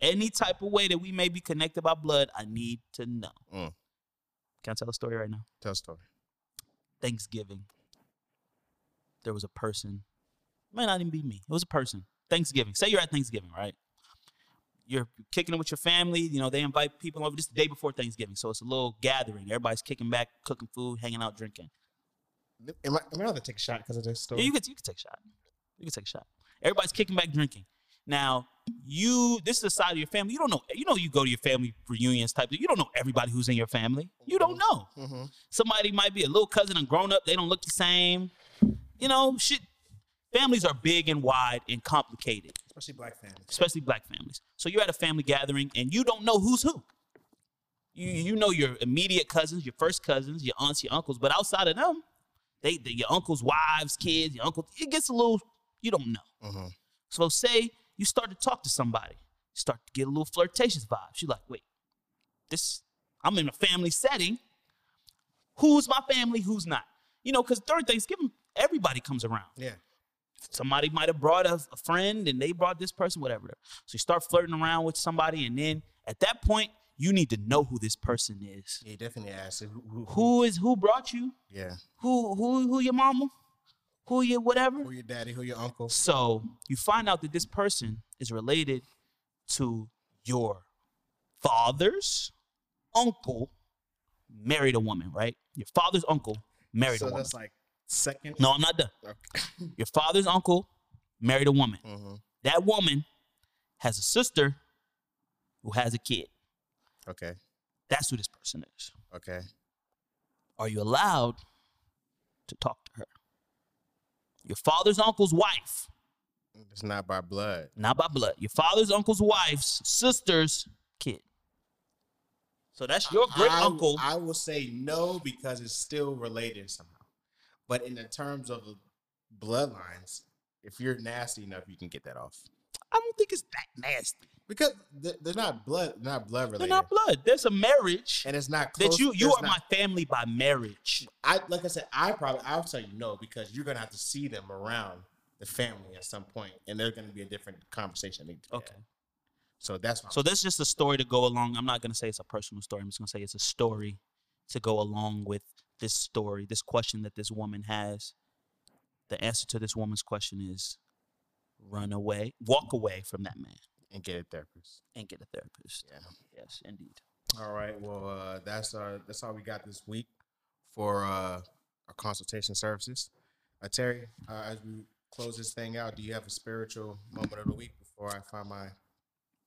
C: any type of way that we may be connected by blood. I need to know.
B: Mm.
C: Can I tell a story right now?
B: Tell a story.
C: Thanksgiving, there was a person, may not even be me. It was a person. Thanksgiving. Say you're at Thanksgiving, right? You're kicking it with your family. You know, they invite people over. This is the day before Thanksgiving. So it's a little gathering. Everybody's kicking back, cooking food, hanging out, drinking.
B: Am I, am I allowed to take a shot because of this story?
C: Yeah, you could you could take a shot. You could take a shot. Everybody's kicking back drinking. Now, you this is a side of your family. You don't know. You know you go to your family reunions type. You don't know everybody who's in your family. You don't know.
B: Mhm.
C: Somebody might be a little cousin and grown up. They don't look the same. You know, shit. Families are big and wide and complicated
B: Especially black families.
C: especially black families. So you're at a family gathering and you don't know who's who. You you know your immediate cousins, your first cousins, your aunts, your uncles, but outside of them, they, they- your uncles' wives, kids, your uncle, it gets a little you don't know.
B: Mhm.
C: So say you start to talk to somebody, you start to get a little flirtatious vibe. She's like, wait, this I'm in a family setting. Who's my family? Who's not? You know, because during Thanksgiving, everybody comes around
B: Yeah.
C: somebody might have brought a, a friend and they brought this person, whatever. So you start flirting around with somebody, and then at that point, you need to know who this person is.
B: Yeah, you definitely asked who, who, who-
C: Who is who brought you?
B: Yeah.
C: Who who who your mama? Who your whatever?
B: Who your daddy? Who your uncle?
C: So you find out that this person is related to your father's uncle married a woman, right? Your father's uncle married
B: so
C: a woman.
B: that's like second.
C: No, I'm not done. Your father's uncle married a woman.
B: Mhm.
C: That woman has a sister who has a kid.
B: Okay.
C: That's who this person is.
B: Okay.
C: Are you allowed to talk to her? Your father's uncle's wife,
B: It's not by blood.
C: not by blood, your father's uncle's wife's sister's kid. So that's your great
B: I-
C: uncle.
B: I will say no because it's still related somehow. But in the terms of bloodlines, if you're nasty enough, you can get that off
C: I don't think it's that nasty.
B: because th- they're not blood, not blood
C: They're
B: related,
C: not blood. There's a marriage
B: and it's not close.
C: that you you
B: it's
C: are
B: not-
C: my family by marriage.
B: I like I said, I probably I would say no because you're gonna have to see them around the family at some point, and there's gonna be a different conversation. they-
C: Okay.
B: So that's why.
C: So that's just a story to go along. I'm not gonna say it's a personal story. I'm just gonna say it's a story to go along with this story, this question that this woman has. The answer to this woman's question is run away, walk away from that man
B: and get a therapist.
C: and get a therapist.
B: Yeah.
C: Yes, indeed.
B: All right. Well, uh, that's uh, that's all we got this week for uh, our consultation services. Uh, Terry, uh, as we close this thing out, do you have a spiritual moment of the week before I find my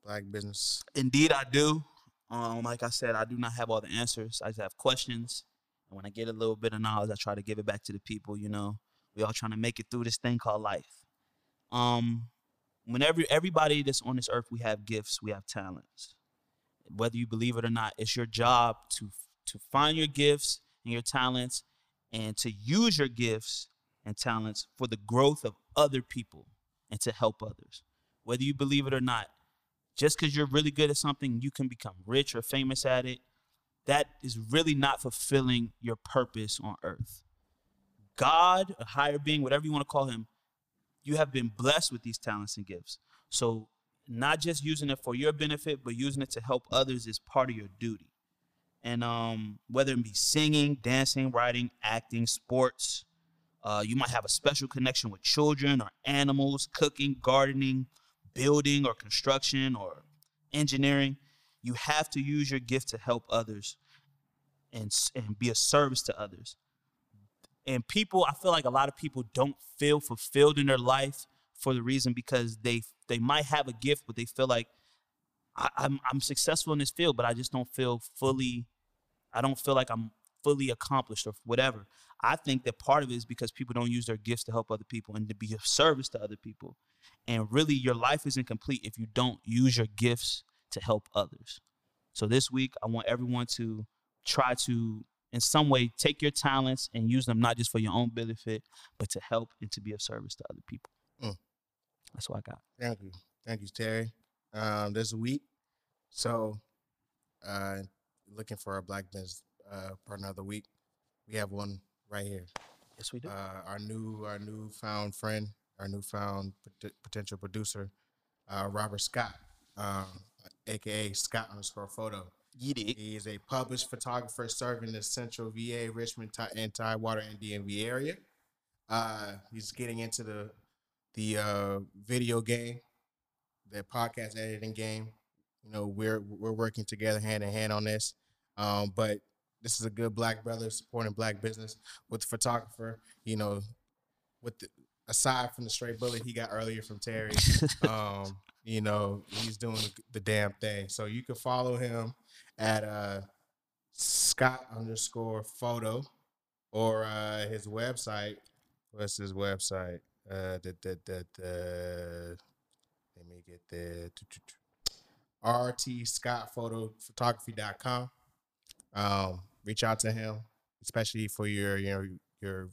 B: black business?
C: Indeed, I do. Um, like I said, I do not have all the answers. I just have questions. And when I get a little bit of knowledge, I try to give it back to the people. You know, we all trying to make it through this thing called life. Um, whenever everybody that's on this earth, we have gifts, we have talents. Whether you believe it or not, it's your job to to find your gifts and your talents, and to use your gifts and talents for the growth of other people and to help others. Whether you believe it or not, just because you're really good at something, you can become rich or famous at it. That is really not fulfilling your purpose on earth. God, a higher being, whatever you want to call him, you have been blessed with these talents and gifts. So, not just using it for your benefit, but using it to help others is part of your duty. And um, whether it be singing, dancing, writing, acting, sports, uh, you might have a special connection with children or animals, cooking, gardening, building or construction or engineering. You have to use your gift to help others and, s- and be a service to others. And people, I feel like a lot of people don't feel fulfilled in their life for the reason because they they might have a gift, but they feel like I, I'm I'm successful in this field, but I just don't feel fully. I don't feel like I'm fully accomplished or whatever. I think that part of it is because people don't use their gifts to help other people and to be of service to other people. And really, your life isn't complete if you don't use your gifts to help others. So this week, I want everyone to try to, in some way, take your talents and use them not just for your own benefit, but to help and to be of service to other people.
B: Mm.
C: That's what I got.
B: Thank you, thank you, Terry. Um, this week, so uh, looking for a black business uh, partner of the week. We have one right here.
C: Yes, we do.
B: Uh, our new, our newfound friend, our newfound pot- potential producer, uh, Robert Scott, um, aka Scott underscore photo.
C: you did.
B: He is a published photographer serving the Central VA, Richmond, Ti- and Tidewater and DMV area. Uh, he's getting into the the uh, video game, the podcast editing game. You know, we're we're working together hand in hand on this. Um, but this is a good black brother supporting black business with the photographer. You know, with the, aside from the straight bullet he got earlier from Terry, um, you know, he's doing the damn thing. So you can follow him at uh, Scott underscore photo or uh, his website. What's his website? Uh, the, the, the, the, let me get the rtscottphotophotography.com. Um, reach out to him, especially for your, you know, your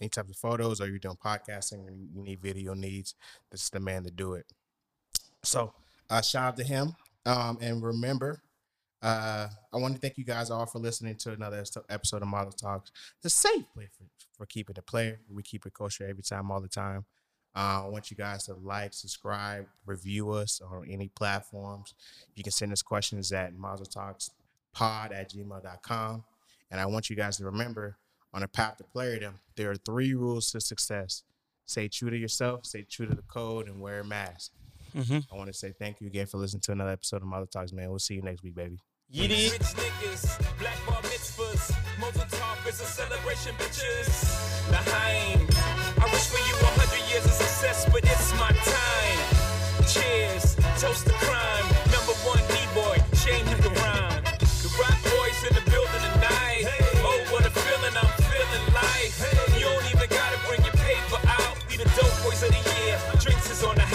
B: any types of photos or you're doing podcasting and you need video needs, this is the man to do it. So uh, shout out to him. Um, and remember, uh, I want to thank you guys all for listening to another est- episode of Model Talks, the safe place for, for keeping the player. We keep it kosher every time, all the time. Uh, I want you guys to like, subscribe, review us on any platforms. You can send us questions at mazeltalkspod at gmail.com. And I want you guys to remember on a path to playerdom, there are three rules to success. Stay true to yourself, stay true to the code, and wear a mask. I want to say thank you again for listening to another episode of Mother Talks, man. We'll see you next week, baby.
C: You did.
A: Rich niggas, black bar mitzvahs, Mozart top is a celebration, bitches. Naheim, I wish for you 100 years of success, but it's my time. Cheers, toast to crime. Number one D-boy, shame you can rhyme. The rock boys in the building tonight. Oh, what a feeling I'm feeling like. You don't even gotta bring your paper out. We the dope boys of the year. Drinks is on the